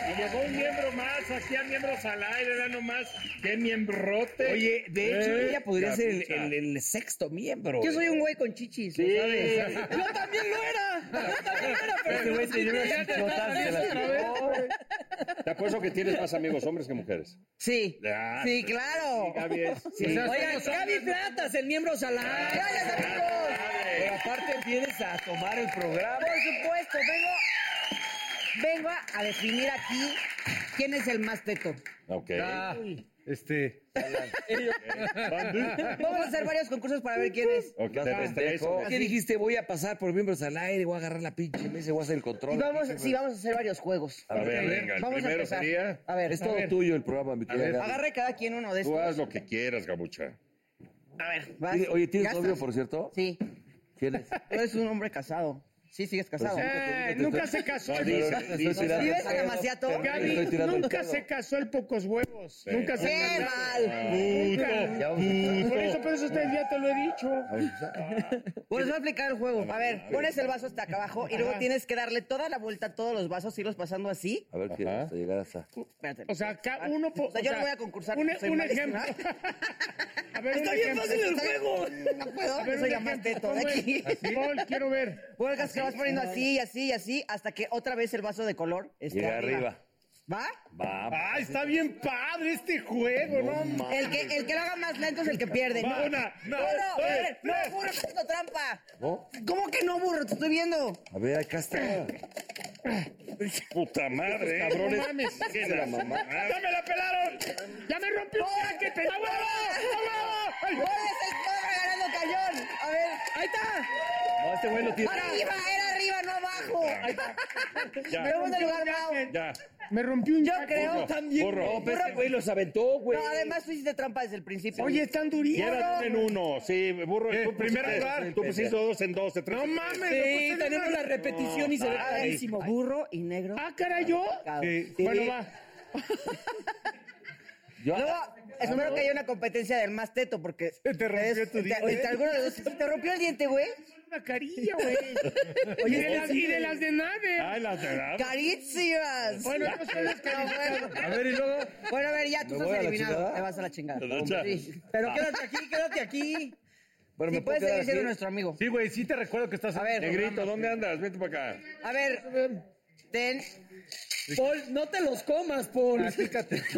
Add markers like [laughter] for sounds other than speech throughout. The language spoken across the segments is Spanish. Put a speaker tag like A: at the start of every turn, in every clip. A: Y llegó un miembro más, aquí a miembros al aire, da nomás. ¡Qué miembrote!
B: Oye, de hecho,
A: Eh,
B: ella podría ser el,
A: capicha.
B: el- el sexto miembro.
C: Yo soy un güey con chichis, ¿lo
A: Sí.
C: sabes?
A: Eh,
C: Yo también lo era. Yo también lo era,
B: Este
C: pero.
B: güey tenía unas
D: [laughs]
C: Ya te
B: chichotas que las-
C: otra vez.
E: Te apuesto que tienes más amigos hombres que mujeres.
C: Sí.
E: Ah,
C: Sí, claro.
E: Gaby es-
B: Sí.
C: Oigan, Gaby Platas, el miembro salar. Gracias, amigos.
B: Pero aparte vienes a tomar el programa.
C: Por supuesto, vengo. Vengo a, a definir aquí quién es el más teto.
E: Ok.
F: Este.
C: Vamos a hacer varios concursos para ver quién es.
E: [laughs] Ok, te festejo.
B: ¿Qué dijiste? Voy a pasar por miembros al aire, voy a agarrar la pinche mesa, voy a hacer el control.
C: Y vamos,
B: pues.
C: sí, vamos a hacer varios juegos.
E: A ver, venga, el
C: Vamos a
E: primero
C: empezar.
E: sería.
C: A ver,
B: Es todo
C: a ver.
B: tuyo el programa, mi querida
E: ver,
B: Gaby.
C: agarre cada quien uno de
E: Tú
C: estos.
E: haz lo que quieras, Gabucha.
C: A ver, vas.
B: Tiene- Oye, ¿tienes
C: Gastas.
B: novio, por cierto?
C: Sí,
B: ¿Quién es?
C: tú eres un hombre casado. Sí, sigues casado.
A: Eh, nunca se casó.
E: No,
A: el-
E: dice,
B: Estoy
E: dice.
B: tirando.
C: ¿Vives a Amaciato?
A: Gaby,
B: Estoy tirando el
A: nunca
B: pedo.
A: se casó el pocos huevos. Nunca se
C: ¡Qué
A: casó.
C: mal!
A: Nunca.
B: Ya vamos a empezar.
A: Por eso, por eso ustedes ya te lo he dicho.
C: Bueno, les Pues voy a aplicar el juego. A ver, pones el vaso hasta acá abajo y luego tienes que darle toda la vuelta a todos los vasos, irlos pasando así.
B: A ver, ¿qué?
E: Ajá.
B: Hasta llegar hasta...
C: Espérate.
A: O sea, acá uno... po-
C: O sea, yo no voy a concursar
A: Un,
C: porque soy
A: un
C: malísima.
A: ejemplo. [laughs] A ver,
C: Está
A: un
C: bien
A: ejemplo.
C: fácil el juego. No puedo,
A: A ver,
C: yo
A: un
C: soy la más
A: ejemplo.
C: teto de
A: ¿Cómo
C: aquí.
A: es? Paul, quiero ver.
C: Vuelgas que vas poniendo así, y así, y así, hasta que otra vez el vaso de color esté
B: Llega arriba.
C: ¿Va?
B: Va.
A: Ah, está bien padre este juego, ¿no?
C: El que, el que lo haga más lento
B: [laughs]
C: es el que pierde.
A: Va,
C: No,
A: una,
C: no,
A: dos,
C: no,
A: tres,
C: a ver, no,
A: tres.
C: juro que tengo trampa.
B: ¿No?
C: ¿Cómo que no, burro? Te estoy viendo.
B: A ver, acá está.
E: Puta madre. ¿eh?
A: No
E: Cabrones.
A: mames.
E: ¿Qué la mamá?
A: ¡Ya me la pelaron! ¡Ya me rompió un bracket! ¡A huevo! ¡A huevo!
C: ¡Gol es el Puebla ganando cañón! A ver, ahí está.
B: No, este güey no tiene...
C: Arriba, era arriba, no [laughs] abajo. Ahí está.
E: Ya.
C: Segundo lugar, Mau.
E: Ya.
A: Me rompió un
C: Yo
A: bracket.
C: creo también.
B: No,
E: Burro.
B: pero este güey los aventó, güey.
C: No, además tú hiciste trampa desde el principio.
A: Oye, están durísimos.
E: Quieras en uno. Sí, burro.
F: Eh,
E: tú pusiste-
F: primer lugar.
E: Tú pusiste dos en dos.
A: No mames.
B: Sí,
A: no puse
B: tenemos
A: nada.
B: la repetición y se ve
C: Ay,
B: clarísimo.
C: burro y negro.
A: Ah, caray, yo.
C: Sí.
A: Bueno, va.
C: [laughs]
B: Yo- Ah,
C: Luego, espero que haya una competencia del más teto,
B: [laughs]
C: porque.
F: te rompió tu
C: te-
F: diente.
C: te- alguno de los- ¿se te rompió el diente, güey.
A: Una carilla,
C: [laughs]
A: güey. Y de las- Y de las de nave.
B: Ah,
E: Ay, las de la-
C: ¡Caricias!
A: Bueno, no sé las
C: [laughs] No,
A: caricias.
C: bueno.
F: A ver, y luego.
C: Bueno, a ver, ya tú
B: ¿Me voy
C: estás
B: a la
C: eliminado.
B: chingada?
C: Te vas a la chingada.
E: Te ducha.
C: Sí. Pero quédate aquí, quédate aquí.
B: Bueno,
C: Si
B: ¿me puedo
C: puedes seguir
B: quedar
C: siendo
B: aquí?
C: nuestro amigo.
F: Sí, güey, sí te recuerdo que estás.
C: A ver,
E: Negrito, ¿dónde andas? Vete para acá.
C: a ver. Ten.
B: Paul, no te los comas, Paul.
C: [laughs]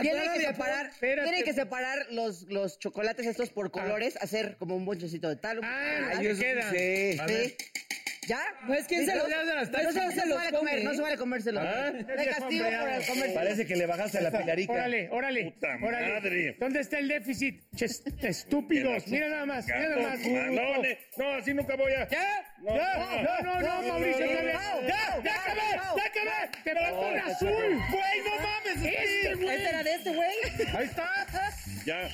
C: Tienen que separar,
A: Espérate.
C: tienen que separar los, los chocolates estos por colores, hacer como un bonchecito de tal. un-
A: Ah,
C: Ay,
A: te queda.
B: Sí.
F: A
C: Sí.
F: ver.
C: ¿Ya?
B: No, es que
C: ¿Listo?
B: se lo- ya se la está
C: No se- no
B: chingando,
C: se vale
B: come,
C: comer,
B: ¿eh?
C: no se vale comérselo.
G: Ah.
A: Ah,
G: [laughs]
C: De castigo por el comer.
B: Parece que le bajaste a la pilarica.
A: Órale, órale.
E: Puta
A: órale.
E: madre.
A: ¿Dónde está el déficit? Ches, estúpidos. Mira nada más, mira nada más.
E: No, ne- no, así nunca voy a.
A: ¿Ya?
E: No,
A: ¿Ya?
E: no,
A: No, no, no,
E: no,
A: Mauricio.
E: no, no,
A: todavía.
C: no,
A: ¡Ya!
C: no,
A: ¡Ya
C: no,
A: acabé!
C: no.
A: ¡Ya acabé! ¡Te falta un azul! ¡Güey, no mames! ¡Este, güey!
C: Esta era de este, güey.
A: ¡Ahí está!
E: Ya.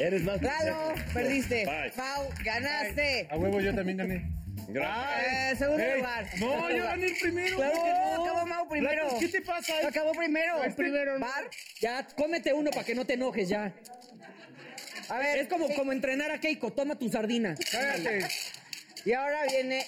B: Eres más. [laughs]
C: Lalo, perdiste.
E: Bye.
C: Pau, ganaste.
F: A huevo, yo también gané.
E: Gracias.
C: Eh, segundo
F: Ey,
C: lugar.
F: No, yo gané el primero.
C: Claro
F: güey.
C: que no. Acabó Mau primero.
F: Blancos, ¿Qué te pasa?
C: Acabó primero.
A: El primero, no.
C: Bar.
B: Ya, cómete uno para que no te enojes ya.
C: A ver.
B: Es como, como entrenar a Keiko, toma tu sardina.
F: Cállate.
C: Y ahora viene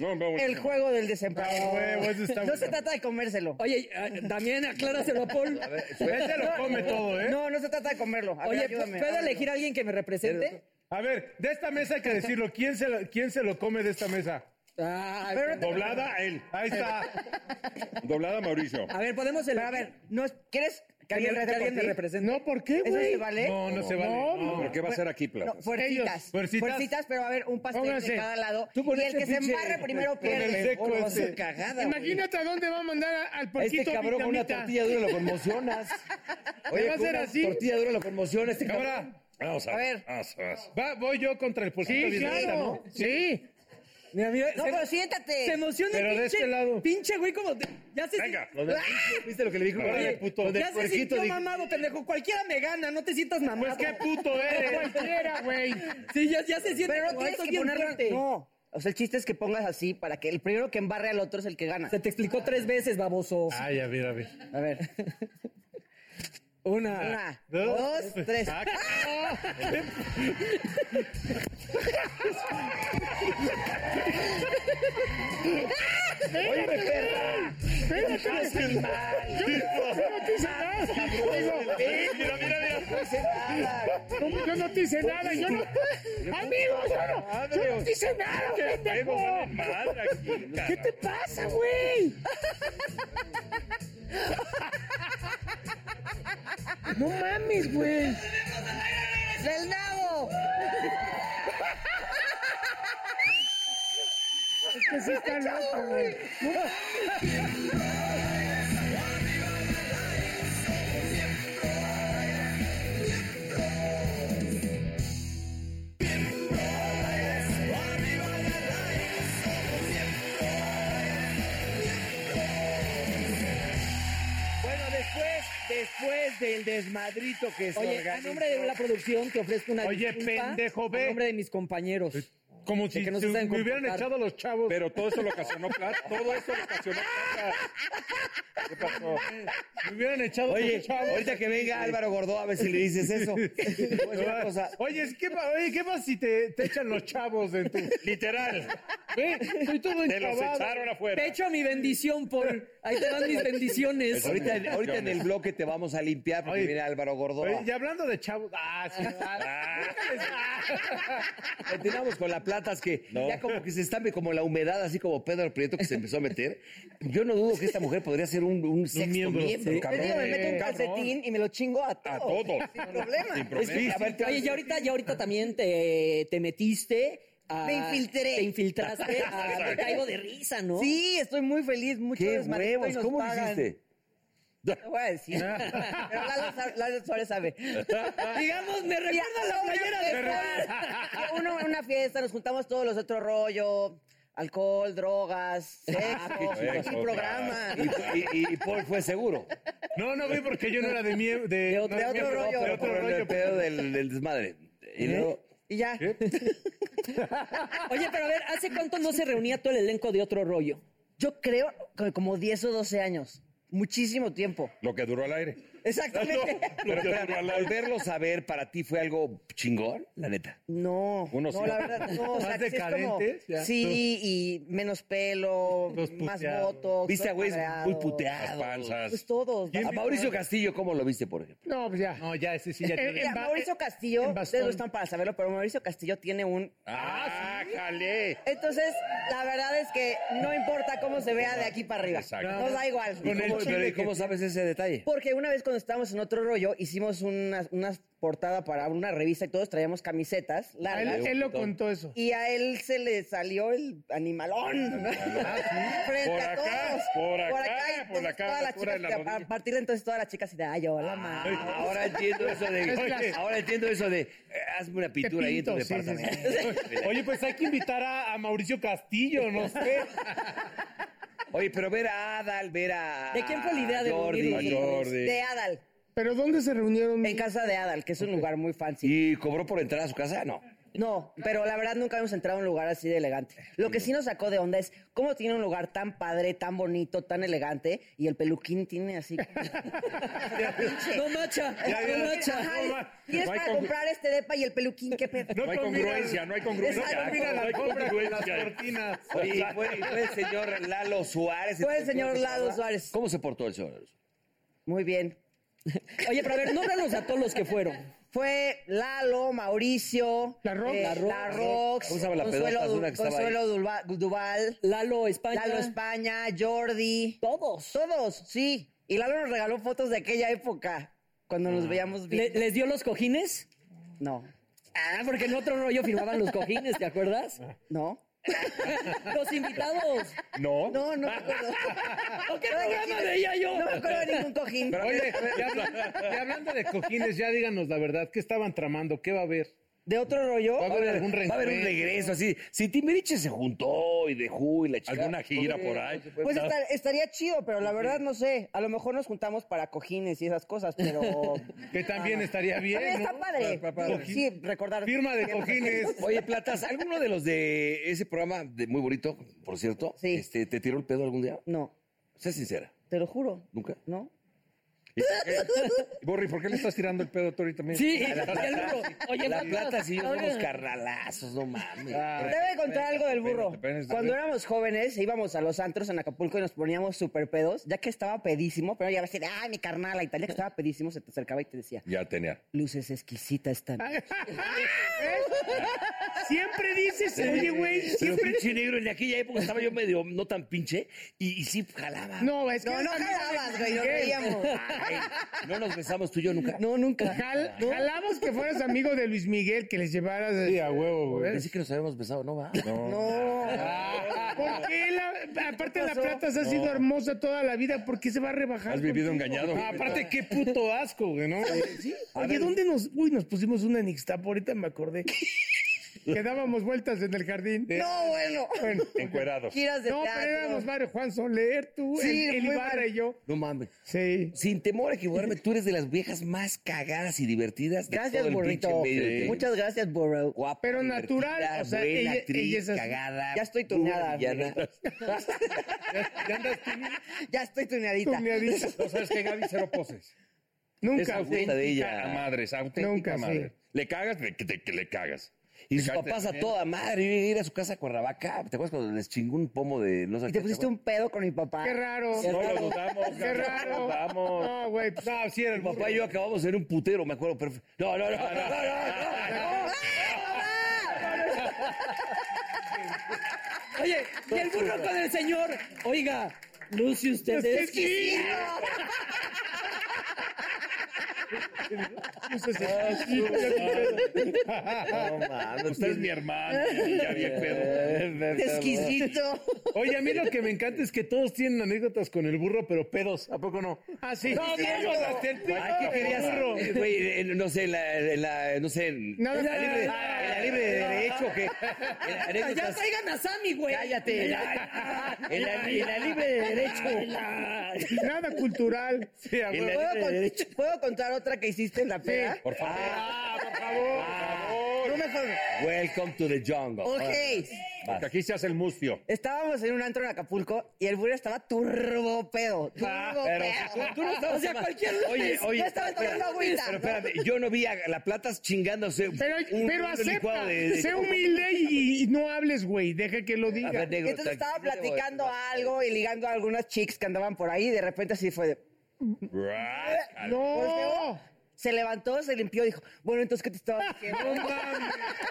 E: No, no, no.
C: El juego del desempeño.
F: Ah, huevo, eso está
C: No
F: bueno.
C: se trata de comérselo.
D: Oye, eh, también acláraselo a Paul.
F: Él se lo come todo, ¿eh?
C: No, no se trata de comerlo. A ver,
D: Oye, ¿pu-
C: ayúdame.
D: ¿puedo
C: ábrelo.
D: elegir a alguien que me represente?
F: A ver, de esta mesa hay que decirlo. ¿Quién se lo, quién se lo come de esta mesa?
D: Ay,
C: Pero no te-
E: Doblada a él.
F: Ahí está.
C: [laughs]
E: Doblada a Mauricio.
D: a ver, podemos elegir.
C: Pero a ver, no es- ¿quieres que
D: que alguien,
C: alguien
D: que
C: rete por
D: alguien me
C: ti?
D: represente. No, ¿por qué,
C: ¿Eso se vale?
F: No, no se vale. No,
E: ¿Pero qué va a hacer aquí,
C: No,
E: Plata?
C: fuercitas.
F: Ellos, fuercitas.
C: pero va a haber un pastel
F: Pónganse.
C: de cada lado.
F: Tú con
C: y el
F: ese
C: que se
F: pinche-
C: embarre primero
F: con el
C: pierde.
F: seco
C: Gordo, vas a
F: ese.
C: ser cagada, güey.
G: Imagínate a dónde va a mandar a- al porquito
B: Este cabrón con una
G: vietnamita.
B: tortilla dura lo conmocionas. Oye,
G: va a
B: con
G: hacer
B: una
G: así?
B: tortilla dura lo conmociona. Este cabrón.
F: Ahora,
E: Vamos a
C: A
E: ver.
C: ver.
E: Vamos, vamos.
F: va, voy yo contra el porcito
G: Sí,
F: vietnamita,
G: claro.
F: ¿no?
G: Sí.
D: Mira, mira,
C: No,
D: se,
C: pero
D: se
C: siéntate.
D: emociona el
F: Pero de
D: pinche,
F: este lado.
D: pinche güey como... te- ya se... Ah.
E: Venga.
B: Lo de- ¿Viste lo que le dijo? Órale, puto. Lo del
D: ya se
B: puerquito
D: sintió
B: dijo-
D: mamado, pendejo. Cualquiera me gana, no te sientas mamado.
F: Pues qué puto eres.
G: Cualquiera, güey.
D: Sí, ya, ya se siente.
C: Pero no
D: como
C: tienes
D: esto
C: que
D: bien
C: ponerlo.
D: fuerte.
C: No. O sea, el chiste es que pongas así para que el primero que embarre al otro es el que gana.
D: Se te explicó tres veces, baboso.
F: Ay, a ver, a ver.
C: A ver.
D: Una.
C: Una,
F: dos, Ah,
C: dos, tres.
D: [laughs]
E: Mira, mira,
G: Oye, perra. Espérate, no te Yo no te hice nada.
E: mira.
G: Digo, Yo no te hice nada. Yo no. Amigo, yo no. Yo no te hice nada, pendejo.
E: Madre aquí.
G: ¿Qué te pasa, güey? No mames, güey.
C: ¡Del nabo!
G: Que sí está loco, güey.
B: Bueno, después, después del desmadrito que se
D: Oye, a
B: organizó.
D: nombre de la producción te ofrezco una
F: Oye,
D: disculpa
F: pendejo, ve.
D: A nombre de mis compañeros.
F: Como si
D: que no se
F: se-
D: saben
F: me hubieran
D: comportar.
F: echado los chavos.
E: Pero todo esto lo ocasionó Plata. Todo esto lo ocasionó Plata. ¿Qué pasó?
F: Me hubieran echado
B: Oye,
F: los chavos.
B: ahorita que venga Álvaro Gordó, a ver si le dices
F: [laughs]
B: eso. Te voy a decir una cosa.
F: Oye, es- ¿qué, pa- oye, ¿qué pasa si te, te echan los chavos
B: [laughs]
F: en tu...
E: Literal.
F: Ve, estoy todo
E: Te los
F: enchabado.
E: echaron afuera.
D: Te echo mi bendición, Paul. Ahí te van mis bendiciones.
B: Pues Ahorita, ahorita en el bloque te vamos a limpiar porque
F: Oye.
B: viene Álvaro Gordó.
F: Oye, y hablando de chavos... Ah,
B: [laughs]
F: sí, ah,
B: Continuamos con la platas que
E: No.
B: ya como que se estampe como la humedad, así como Pedro Prieto que se empezó a meter. Yo no dudo que esta mujer podría ser un, un sexto miembro.
F: miembro, sí.
C: Yo
B: cabrón. Eh,
C: digo, me meto un
F: cabrón.
C: calcetín y me lo chingo a todo.
E: A todos.
C: Sin
D: [laughs]
C: problema.
E: Sin
B: Es que,
E: problema.
B: a ver, te-
D: Oye, ya ahorita, ya ahorita también te, te metiste. a-
C: Me infiltré.
D: Te [laughs] infiltraste.
G: [laughs]
D: a- Ah, me caigo de risa, ¿no?
C: Sí, estoy muy feliz, mucho
B: qué
C: desmadrito y
B: huevos,
C: nos
B: ¿cómo lo
C: pagan.
B: hiciste?
C: Te voy a decir. Pero Lalo, sabe- Lalo Suárez sabe.
D: Digamos, me recuerda la playera de Paul.
C: de Uno en una fiesta, nos juntamos todos los de otro rollo. Alcohol, drogas,
B: Ah,
C: sexo,
E: qué
C: y
E: chido.
C: programa.
B: Y, y- y Paul fue seguro.
F: no, no, güey, porque yo no era de mi... De,
C: De otro-
F: no era
C: de otro
F: miembro,
C: rollo.
F: de
C: ¿Eh?
B: Pero
F: otro
B: por el
F: rollo.
B: pedo del, del desmadre. Y luego,
C: Y ya.
D: [laughs] Oye, pero a ver, ¿hace cuánto no se reunía todo el elenco de otro rollo?
C: Yo creo que como 10 o 12 años. Muchísimo tiempo.
E: Lo que duró al aire.
C: Exactamente.
B: pero espera, volverlos a ver para ti fue algo chingón, la neta.
C: No,
E: Uno
C: no,
E: sí.
C: la verdad, no. O sea,
F: Más
C: que sí es como-
F: decadentes, ya.
C: sí, y menos pelo,
F: Los
C: más
F: puteados.
C: votos.
B: Viste a güeyes muy
E: Las
B: puteados.
E: panzas.
C: Pues todos.
B: A Mauricio Castillo, ¿cómo lo viste, por ejemplo?
G: No, pues ya.
F: No, ya, ese sí ya
G: Eh,
F: tiene...
G: eh,
C: Mira,
G: en ba-
C: Mauricio Castillo,
G: en bastón.
C: ustedes no están para saberlo, pero Mauricio Castillo tiene un...
E: Ah, jale.
C: Entonces, la verdad es que no importa cómo se vea de aquí para arriba.
E: Exacto.
C: Nos da igual.
B: ¿Y cómo,
F: el
B: pero, ¿y
F: chile que
B: cómo sabes ese detalle?
C: Porque una vez cuando estábamos en otro rollo, hicimos una, una portada para una revista y todos traíamos camisetas
G: Él,
C: largas.
G: él lo contó eso.
C: Y a él se le salió el animalón. [laughs] Frente
E: Por
C: a
E: acá,
C: todos.
E: por acá,
C: y pues
E: por acá,
C: todas
E: la
C: las
E: altura de la
C: chicas, a- a
E: rodilla.
C: partir de entonces todas las chicas y de, ay, hola, ma.
B: Ahora entiendo eso de.
G: Es clásico.
B: ahora entiendo eso de. eh, Hazme una pintura ahí en tu
G: pinto, sí,
B: departamento.
C: [laughs]
F: Oye, pues hay que invitar a, a Mauricio Castillo, no sé.
B: Oye, pero ver a Adal, ver a.
D: ¿De quién fue la idea de
B: Ah, Jordi,
D: reunirlos?
B: a Jordi.
C: De Adal.
G: ¿Pero dónde se reunieron?
C: En casa de Adal, que es un lugar muy fancy.
B: ¿Y cobró por entrar a su casa? No.
C: No, pero la verdad nunca habíamos entrado a un lugar así de elegante. Lo que sí nos sacó de onda es cómo tiene un lugar tan padre, tan bonito, tan elegante, y el peluquín tiene así.
E: [laughs]
D: No
C: [laughs]
D: macha, no
C: Ajá,
D: macha.
C: Tienes
E: No hay
C: para
E: congru-
C: comprar este depa y el peluquín, qué pedo.
E: No
C: [laughs]
E: hay congruencia, no hay congruencia. Exacto,
C: Exacto, mira
E: no hay congruencia.
F: cortinas.
B: [laughs] Oye, y fue, y fue el señor Lalo Suárez.
C: Fue el señor Lalo Suárez.
B: ¿Cómo se portó el señor Lalo Suárez?
C: Muy bien.
D: Oye, pero a ver, nómbranos a todos los que fueron.
C: Fue Lalo, Mauricio, eh,
G: La Rox.
C: la
G: La
C: Rox,
D: Rox.
B: ¿Cómo se llama la
C: Consuelo,
B: pedota?
C: Du-
B: Una que estaba
C: Consuelo Dulva- Duval,
D: Lalo España.
C: Lalo España, Jordi,
D: Todos.
C: todos, sí. Y Lalo nos regaló fotos de aquella época, cuando
B: Ah.
C: nos veíamos
D: Le-
C: bien.
D: ¿Les dio los cojines?
C: No,
D: Ah, porque en otro rollo firmaban los cojines, ¿te acuerdas?
C: no.
D: Los invitados.
E: No.
C: [laughs] No, no
B: [laughs]
C: me acuerdo.
D: [laughs] ¿O qué programa veía yo?
C: No me acuerdo de ningún cojín.
F: Oye, y habla- y hablando de cojines, ya díganos la verdad, ¿qué estaban tramando? ¿Qué va a haber?
C: ¿De otro rollo?
F: ¿Va a haber algún
B: Va a haber un
F: reencuentro?
B: regreso así. Si Timbiriche se juntó y dejó y la chica.
E: Alguna gira por ahí.
C: Pues estar- estaría chido, pero la verdad no sé. A lo mejor nos juntamos para cojines y esas cosas,
B: [laughs]
C: pero...
F: Que también estaría bien.
C: También está
F: ¿no?
C: padre. Pues
F: Pa- pa- padre.
C: Sí, recordar.
F: Firma de
C: [laughs]
F: cojines.
B: Oye, Platas, ¿alguno de los de ese programa de muy bonito, por cierto?
C: Sí.
B: Este, ¿Te tiró el pedo algún día?
C: No,
B: Sé sincera,
C: te lo juro.
B: nunca.
C: ¿No?
F: Borri, ¿por qué le estás tirando el pedo a Tori también?
D: Sí, el burro. Oye,
B: la
D: Matas,
B: Plata sí,
D: ahora-
B: unos carnalazos, no mames.
C: Te voy a contar algo del burro.
E: espérate,
B: Pues,
E: espérate.
C: Cuando éramos jóvenes, íbamos a los antros en Acapulco y nos poníamos súper pedos, ya que estaba pedísimo, pero ya decía, ay, mi carnal, y tal, ya que estaba pedísimo, se te acercaba y te decía,
E: Ya tenía.
C: luces exquisitas están.
G: Ah, [laughs] Siempre dices, oye, güey,
B: Pero
G: siempre... [laughs]
B: pinche negro, en aquella época estaba yo medio no tan pinche y, y sí jalaba.
G: No, es que...
C: No, no
G: a mí me
C: jalabas, güey, nos
G: expliqué.
C: reíamos.
B: Ay, no nos besamos tú y yo nunca.
C: No, nunca.
G: Jal- Jalabas que fueras amigo de Luis Miguel, que les llevaras...
F: Sí, a huevo, güey.
B: Pensé que nos habíamos besado, no
G: [laughs]
B: va.
G: Porque la, aparte la plata se ha sido hermosa toda la vida, ¿por qué se va a rebajar?
E: Has vivido
G: contigo?
F: [laughs]
E: engañado.
F: Ah, Aparte, qué puto asco, güey, ¿no?
G: Oye, ¿dónde nos...? Uy, nos pusimos una en Ixtapa, ahorita me acordé. [laughs] que dábamos vueltas en el jardín.
C: No, bueno.
E: Encuerados.
C: Giras de
G: No, pero éramos
C: teatro.
G: varios, Juan Soler, tú,
C: Sí,
G: el, el
C: muy
G: Ibarra
C: varios.
G: y yo.
B: No mames.
G: Sí.
B: Sin temor a
G: [laughs]
B: equivocarme, tú eres de las viejas más cagadas y divertidas de
C: Gracias,
B: todo el
C: burrito.
B: pinche medio. de-
C: Muchas gracias, burro.
B: Guapa,
G: Pero natural,
B: divertida,
G: o sea,
B: buena
G: ella-
B: actriz,
G: ella es así.
B: cagada.
C: Ya estoy tuneada,
B: pura villana.
C: burrito.
F: Ya andas tú,
C: [laughs] Ya estoy tuneadita.
G: Tú me has dicho.
E: No sabes que Gaby cero
C: [laughs]
E: poses. Es
G: Nunca.
B: gusta
E: auténtica
B: de ella.
E: madre, es auténtica
G: Nunca, sí.
E: madre. Le cagas, le- que, te- que le cagas.
B: Y
E: Te
B: sus
E: cagas,
B: papás
E: te-
B: a toda madre. Yo llegué a ir a su casa a Cuernavaca. ¿Te acuerdas cuando les chingó un pomo de no sé
C: Y
B: qué?
C: te pusiste un pedo con mi papá.
G: Qué raro.
E: No lo dudamos.
G: Qué
E: Gaby,
G: raro.
E: lo dudamos.
G: No, güey. pues,
F: No, sí era el
B: Mi papá y yo acabamos de ser un putero, me acuerdo. perfecto. No, no, no, no, no, no, no.
D: Oye, y el burro con el señor. Oiga, luce usted de
G: Es que sí.
B: No mames.
E: Usted es mi
B: Ah,
E: hermano. Ya bien [laughs] pedo.
C: Exquisito.
F: Oye, a mí lo que me encanta es que todos tienen anécdotas con el burro, pero pedos. ¿A poco no?
G: Ah, sí.
F: No, no,
B: Ay, ¿qué querías? Eh, Güey, eh, no sé, la, la- no sé. en-
G: No, no,
B: en la
G: no,
B: libre,
G: no,
B: en la libre de derecho que. en la
D: Ya
B: anécdotas-
D: traigan a Sammy, güey.
B: Cállate. En la, en la- en la libre de derecho.
G: Nada cultural.
F: Sí, a
B: En
F: huevo.
B: la
C: ¿Puedo,
B: libre de
C: con-
B: derecho.
C: ¿Puedo contar otra que hiciste en la peda?
E: Por
D: Ah,
B: Ah,
E: favor.
C: No me jodas.
B: Welcome to the jungle.
C: Ok.
E: Porque aquí se hace el mustio.
C: Estábamos en un antro en Acapulco y el burro estaba turbo pedo. Turbo
B: pero
C: pedo.
B: tú no estabas
D: O sea,
B: tomando-
D: cualquier
B: Oye,
D: lunes.
B: oye.
C: Yo estaba tomando
B: espera,
C: agüita.
B: Pero espérame, yo no vi a La Platas chingándose.
G: Pero,
B: un-
G: pero
B: un licuado
G: acepta.
B: de- de-
G: sé humilde y, y no hables, güey. Deja que lo
B: A
G: diga.
B: ver, negro,
C: Entonces estaba
B: tranquilo, güey.
C: platicando algo y ligando a algunas chicas que andaban por ahí y de repente así fue de...
D: Pues,
G: No.
C: Se levantó, se limpió y dijo, bueno, entonces, ¿qué te estaba diciendo? [laughs]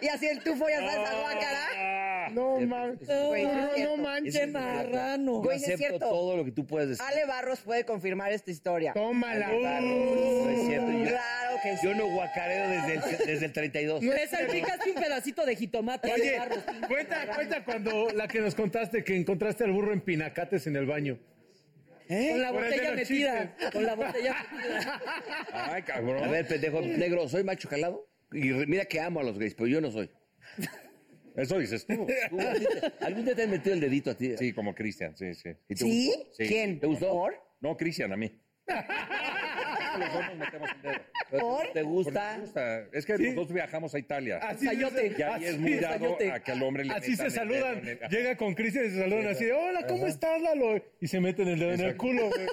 C: y así el tufo ya sabes, a guácara.
G: No, mames.
C: Güey, no es
D: burro,
C: cierto.
D: no
B: Eso
D: manches,
B: es
D: marrano.
B: Yo
C: Güey, sí es
B: acepto
C: cierto.
B: todo lo que tú puedes decir.
C: Ale Barros puede confirmar esta historia.
G: Tómala.
B: No es cierto, yo-
C: Claro que sí.
B: Yo no guacareo desde el, desde el 32.
D: Le salpicaste un pedacito de jitomate.
F: Oye,
D: Barros.
F: cuenta, cuenta cuando la que nos contaste que encontraste al burro en pinacates en el baño.
D: Con la
F: Por el
D: botella
F: de los
D: metida. Con la botella metida.
E: Ay,
B: A
E: cabrón.
B: ver, pendejo negro, ¿soy macho calado? Y re- mira que amo a los gays, pero yo no soy.
E: Eso dices
B: [laughs]
E: tú.
B: Tú, a ti
E: [laughs]
B: te- ¿Algún día te han metido el dedito a ti?
E: Sí, como Cristian, sí, sí.
B: ¿Y te
C: ¿Sí?
B: gustó?
E: Sí.
C: ¿Quién?
B: ¿Te gustó?
E: No, Cristian, a mí. que los dos nos metemos en dedo.
D: ¿Por?
E: ¿Te gusta? Es que nosotros viajamos a Italia.
D: Así Sayote.
E: Y ahí es muy
D: Así,
E: dado
D: sayote.
E: a que al hombre le
F: Así
E: metan
F: se
E: el dedo
F: saludan.
E: en el-
F: Llega con Cristian y se saludan así de, hola, ¿cómo estás, Lalo? Y se meten el dedo en el
E: Exacto.
F: culo, güey.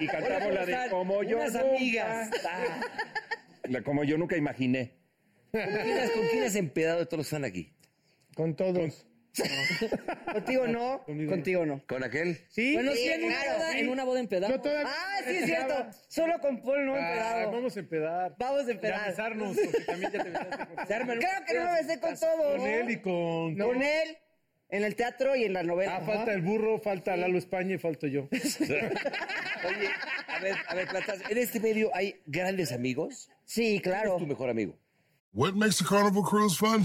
E: Y cantamos la de
D: Están
E: como yo
D: Unas
E: nunca-
D: amigas. Ah,
E: La como yo nunca imaginé.
B: ¿Con quién- ¿Con quién has empedado de todos los que están aquí?
F: Con todos.
C: Contigo no,
F: Conmigo.
C: contigo no.
B: ¿Con aquel?
D: Sí, bueno,
C: sí,
D: sí, en,
C: claro,
D: una boda,
C: sí.
D: en una boda empedada.
F: Yo todavía-
C: Ah, sí es cierto. Solo con Paul no he
F: Ay,
C: empedado.
F: vamos a empedar.
C: Vamos a
F: Ya
C: empezar.
F: besarnos, porque también ya te
C: [laughs]
F: besaste con todos.
C: Claro que no me besé con todo.
F: Con él y con...
C: Con él, en el teatro y en la novela.
F: Ah, falta el burro, falta Lalo España y falto
C: [laughs]
F: yo.
B: Oye, a ver, a ver, Platas, en este medio hay grandes amigos.
C: Sí, claro.
B: Tu mejor amigo.
H: What makes a carnival cruise fun?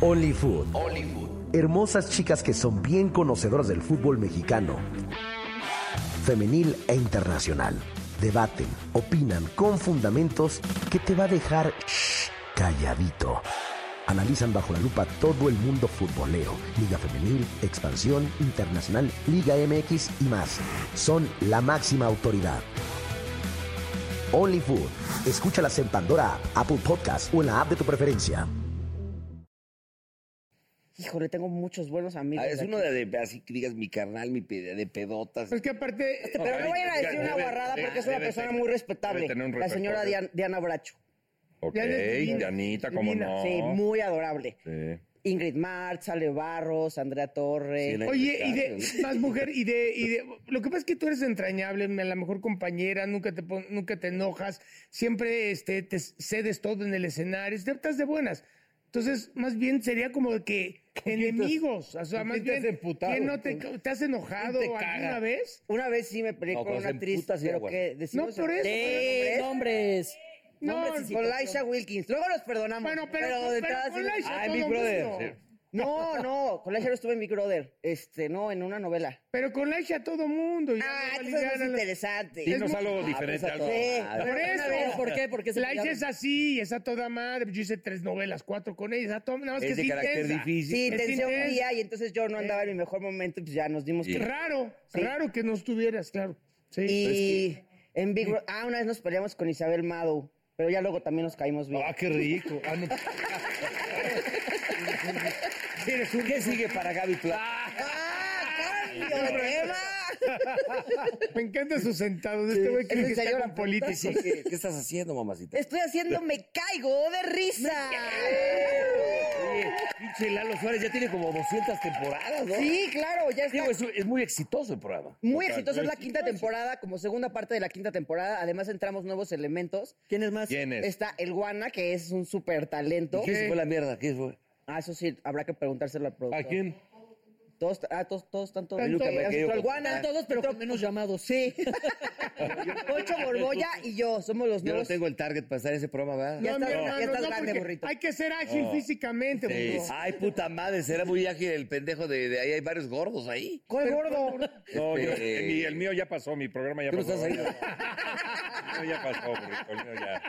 I: Only Food. Hermosas chicas que son bien conocedoras del fútbol mexicano, femenil e internacional. Debaten, opinan con fundamentos que te va a dejar shh, calladito. Analizan bajo la lupa todo el mundo futbolero, Liga Femenil, Expansión, Internacional, Liga MX y más. Son la máxima autoridad. Only Food. Escúchalas en Pandora, Apple Podcast o en la app de tu preferencia.
C: Híjole, tengo muchos buenos amigos.
B: Ah, es
C: aquí.
B: uno de, de- así que digas mi carnal, mi pe- de pedotas.
E: que aparte.
C: Este, Pero no vayan a decir una guarrada porque es una persona muy respetable. La señora Dian- Diana Bracho.
E: Ok,
C: Diana es divina,
E: Dianita, como
C: divina.
E: no.
C: Sí, muy adorable.
E: Sí.
C: Ingrid Martz, Ale Barros, Andrea Torres.
B: Sí, la-
G: Oye, y de más mujer y de, y de lo que pasa es que tú eres entrañable, me- la mejor compañera, nunca te pon- nunca te enojas, siempre este te cedes todo en el escenario, este, estás de buenas. Entonces, más bien sería como que enemigos, o sea,
F: con
G: más
F: quién te has
G: bien
F: emputado?
G: ¿quién no te, te has enojado
F: ¿Quién te
G: alguna
F: caga?
G: vez?
C: Una vez sí me peleé
B: No,
C: con
B: cuando
C: una
B: se
C: actriz,
B: emputa, sí,
C: pero
B: aguanta.
C: que decimos...
G: No, por eso,
C: Sí,
G: pero
D: nombres.
G: No,
D: Nombres y
C: con
D: situación.
C: Laisha Wilkins. Luego los perdonamos.
G: Bueno, pero,
C: de
G: pero
C: entrada
G: con
C: sí-
G: Laisha
C: Ay,
G: todo
C: Big Brother.
G: mundo.
C: No, no, con Laisha no estuve en Big Brother. Este, no, en una novela.
G: Pero con Laisha todo mundo. y ya
C: Ah,
G: no
C: eso es
G: alivianan
C: más
G: la-
C: interesante. Ah, pues,
E: Dinos
G: Ah, pues,
E: algo diferente. algo.
C: Sí,
G: Por
D: Una vez,
G: eso.
D: ¿Por qué? Porque se
G: Laisha
D: pelearon.
G: es así, es a toda madre. Yo hice tres novelas, cuatro con ella, es a toda- nada más que
B: Es de carácter
G: intensa.
B: difícil.
C: Sí,
G: Es
C: tensión
G: intenso.
C: día y entonces yo no andaba en mi mejor momento y pues ya nos dimos
B: Sí.
C: que...
G: Raro, raro que no estuvieras, claro. Sí.
C: Y en Big Brother... Ah, una vez nos peleamos con Isabel Mado, pero ya luego también nos caímos bien.
F: Ah, qué rico. Ah, no.
B: ¿Qué sigue para Gaby Plata?
C: ¡Ah, cambio de tema!
G: Me encanta su sentado. Este güey cree
C: ¿Es
G: que
C: en serio
G: está
C: la
G: con políticos.
B: ¿Qué, qué estás haciendo, mamacita?
C: [laughs] Estoy haciendo me caigo de risa.
B: Oye, pinche Lalo Suárez ya tiene como 200 temporadas, ¿no?
C: Sí, claro, ya
B: Digo,
C: está.
B: es, es muy exitoso el programa.
C: Muy exitosa es la quinta temporada, como segunda parte de la quinta temporada. Además entramos nuevos elementos.
D: ¿Quién es más?
E: ¿Quién es?
C: Está el Guana, que es un súper talento.
B: ¿Qué se fue la mierda? ¿Qué fue?
C: Ah, eso sí, habrá que preguntárselo al productor.
F: ¿A quién?
C: Todos, ah, todos, todos tanto.
G: Tanto-
C: Luca,
B: quedo
G: me
C: Astro
B: con-
C: Alguana,
D: Están todos, pero con menos llamados. [laughs] Sí.
C: Ocho Borbolla y yo somos los
B: Yo no
C: nuevos.
B: tengo el target para estar en ese programa, ¿verdad?
C: Ya
G: No, mi
C: estás,
G: hermano,
C: ya estás
G: no,
C: grande,
G: porque
C: burrito.
G: Hay que ser ágil físicamente,
B: Sí.
G: burrito.
B: Ay, puta madre, será muy ágil el pendejo de, de ahí. Hay varios gordos ahí.
C: ¡Cuál gordo!
E: No, yo-
B: Este-
E: mi- el mío ya pasó, mi programa ya
B: Tú no
E: pasó.
B: estás ahí. ¿no?
E: [laughs] El mío ya pasó, burrito, el mío ya.